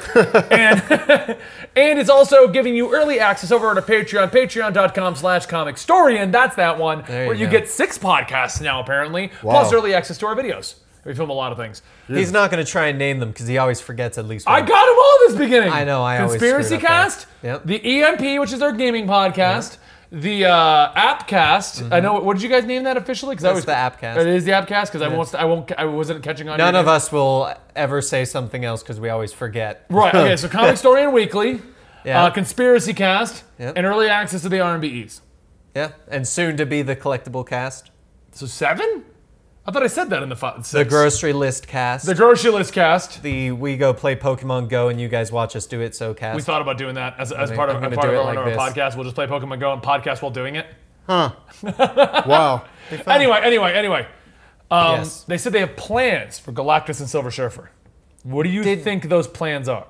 Speaker 1: and, and it's also giving you early access over on our Patreon, patreon.com slash comic story. And that's that one
Speaker 3: you
Speaker 1: where you
Speaker 3: go.
Speaker 1: get six podcasts now, apparently, plus early access to our videos. We film a lot of things.
Speaker 3: He's not going to try and name them because he always forgets at least
Speaker 1: I
Speaker 3: one.
Speaker 1: got them all this beginning.
Speaker 3: I know, I always
Speaker 1: conspiracy
Speaker 3: screwed up
Speaker 1: cast,
Speaker 3: there. Yep.
Speaker 1: the EMP, which is their gaming podcast, the uh, appcast. I know. What did you guys name that officially? Because
Speaker 3: Mm-hmm. That's the appcast.
Speaker 1: It is the appcast because I won't. I won't. I wasn't catching on.
Speaker 3: None
Speaker 1: your
Speaker 3: of
Speaker 1: name.
Speaker 3: us will ever say something else because we always forget.
Speaker 1: Right. Okay. So comic story and weekly,
Speaker 3: Yeah.
Speaker 1: uh, conspiracy cast,
Speaker 3: Yep.
Speaker 1: and early access to the RMBEs.
Speaker 3: Yeah, and soon to be the collectible cast.
Speaker 1: So seven. I thought I said that in the five.
Speaker 3: The grocery list cast.
Speaker 1: The
Speaker 3: The,
Speaker 1: grocery list cast.
Speaker 3: we go play Pokemon Go and you guys watch us do it. So cast.
Speaker 1: We thought about doing that as, as
Speaker 3: I'm
Speaker 1: part of,
Speaker 3: gonna
Speaker 1: as part
Speaker 3: do
Speaker 1: of
Speaker 3: it
Speaker 1: our,
Speaker 3: like
Speaker 1: our
Speaker 3: this.
Speaker 1: podcast. We'll just play Pokemon Go and podcast while doing it.
Speaker 2: Wow,
Speaker 1: Anyway, anyway, anyway. Um,
Speaker 3: Yes.
Speaker 1: They said they have plans for Galactus and Silver Surfer. What do you think those plans are?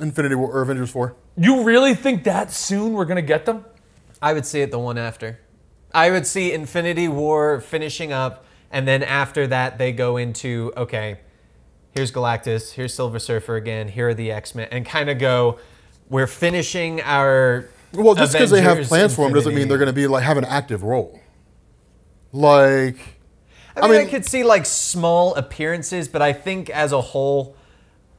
Speaker 2: Infinity War or Avengers four.
Speaker 1: You really think that soon we're gonna get them?
Speaker 3: I would see it the one after. I would see Infinity War finishing up, and then after that they go into okay, here's Galactus, here's Silver Surfer again, here are the X Men, and kind of go, we're finishing our.
Speaker 2: Well, just because they have
Speaker 3: Avengers
Speaker 2: plans for them doesn't mean
Speaker 3: Infinity."
Speaker 2: they're going to be like have an active role. Like,
Speaker 3: I mean, I,
Speaker 2: mean-
Speaker 3: could see like small appearances, but I think as a whole,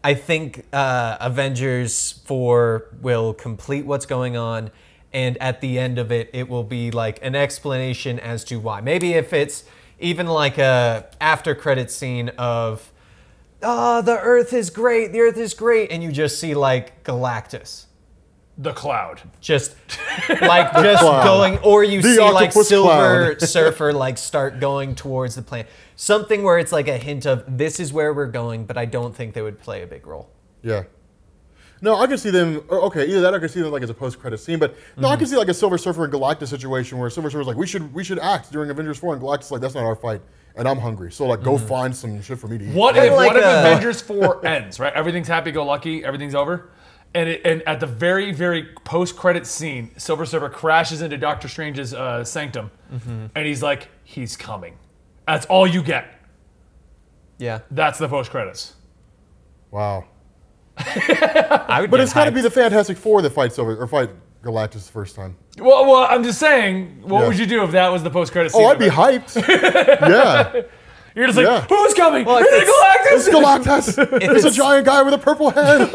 Speaker 3: I think uh, Avengers 4 will complete what's going on. And at the end of it, it will be like an explanation as to why. Maybe if it's even like a after credit scene of, oh, the Earth is great, the Earth is great, and you just see like Galactus
Speaker 1: The Cloud.
Speaker 3: just like just
Speaker 2: clown.
Speaker 3: going or you
Speaker 2: The
Speaker 3: see like
Speaker 2: octopus
Speaker 3: silver surfer like start going towards the planet something where it's like a hint of this is where we're going but i don't think they would play a big role
Speaker 2: Yeah. No, I can see them. or, Okay, either that, or I can see them like as a post-credit scene. But no,
Speaker 3: Mm-hmm.
Speaker 2: I can see like a Silver Surfer and Galactus situation where Silver Surfer's like, we should we should act during Avengers Four, and Galactus is like, that's not our fight, and I'm hungry, so like
Speaker 3: Mm-hmm.
Speaker 2: go find some shit for me to eat.
Speaker 1: What
Speaker 3: Kinda
Speaker 1: if what
Speaker 3: like
Speaker 1: if
Speaker 3: a-
Speaker 1: Avengers 4 ends, right? Everything's happy go lucky, everything's over. and it, and at the very very post credit scene, Silver Surfer crashes into Doctor Strange's uh, sanctum,
Speaker 2: Mm-hmm.
Speaker 1: and he's like, "He's coming." That's all you get.
Speaker 3: Yeah.
Speaker 1: That's the post credits.
Speaker 2: Wow.
Speaker 3: I would
Speaker 2: But it's got to be the Fantastic Four that fights over or fight Galactus the first time.
Speaker 1: Well, well, I'm just saying, what
Speaker 2: Yeah.
Speaker 1: would you do if that was the post credit scene?
Speaker 2: Oh, I'd be hyped. yeah.
Speaker 1: You're just like,
Speaker 2: yeah.
Speaker 1: who's coming?
Speaker 3: Well, if
Speaker 1: Is it Galactus?
Speaker 2: It's Galactus. It's a
Speaker 3: it's-
Speaker 2: giant guy with a purple head.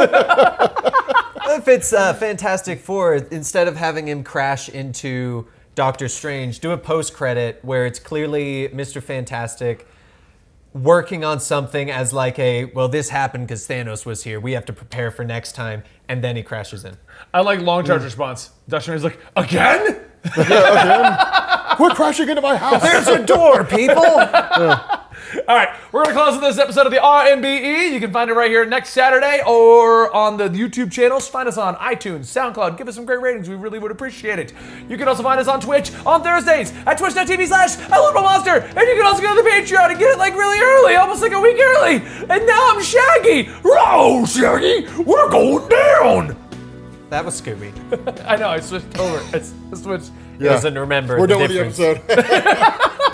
Speaker 3: if it's uh, Fantastic Four, instead of having him crash into Doctor Strange, do a post credit where it's clearly Mr. Fantastic working on something as like a well this happened because thanos was here we have to prepare for next time and then he crashes in
Speaker 1: I like long
Speaker 2: Mm.
Speaker 1: charge response. Doctor Strange's like, again?
Speaker 2: Quit crashing into my house.
Speaker 3: there's a door people
Speaker 1: All right, we're gonna close this episode of the RNBE. E. You can find it right here next Saturday or on the YouTube channels. Find us on iTunes, SoundCloud. Give us some great ratings. We really would appreciate it. You can also find us on Twitch on Thursdays at twitch.tv slash a little monster. And you can also go to the Patreon and get it like really early, almost like a week early. And now I'm Shaggy. Row, Shaggy, we're going down.
Speaker 3: that was scooby
Speaker 1: I know, I switched over. I s- I switched.
Speaker 3: doesn't remember
Speaker 2: We're
Speaker 3: the
Speaker 2: done with the
Speaker 3: difference.
Speaker 2: episode.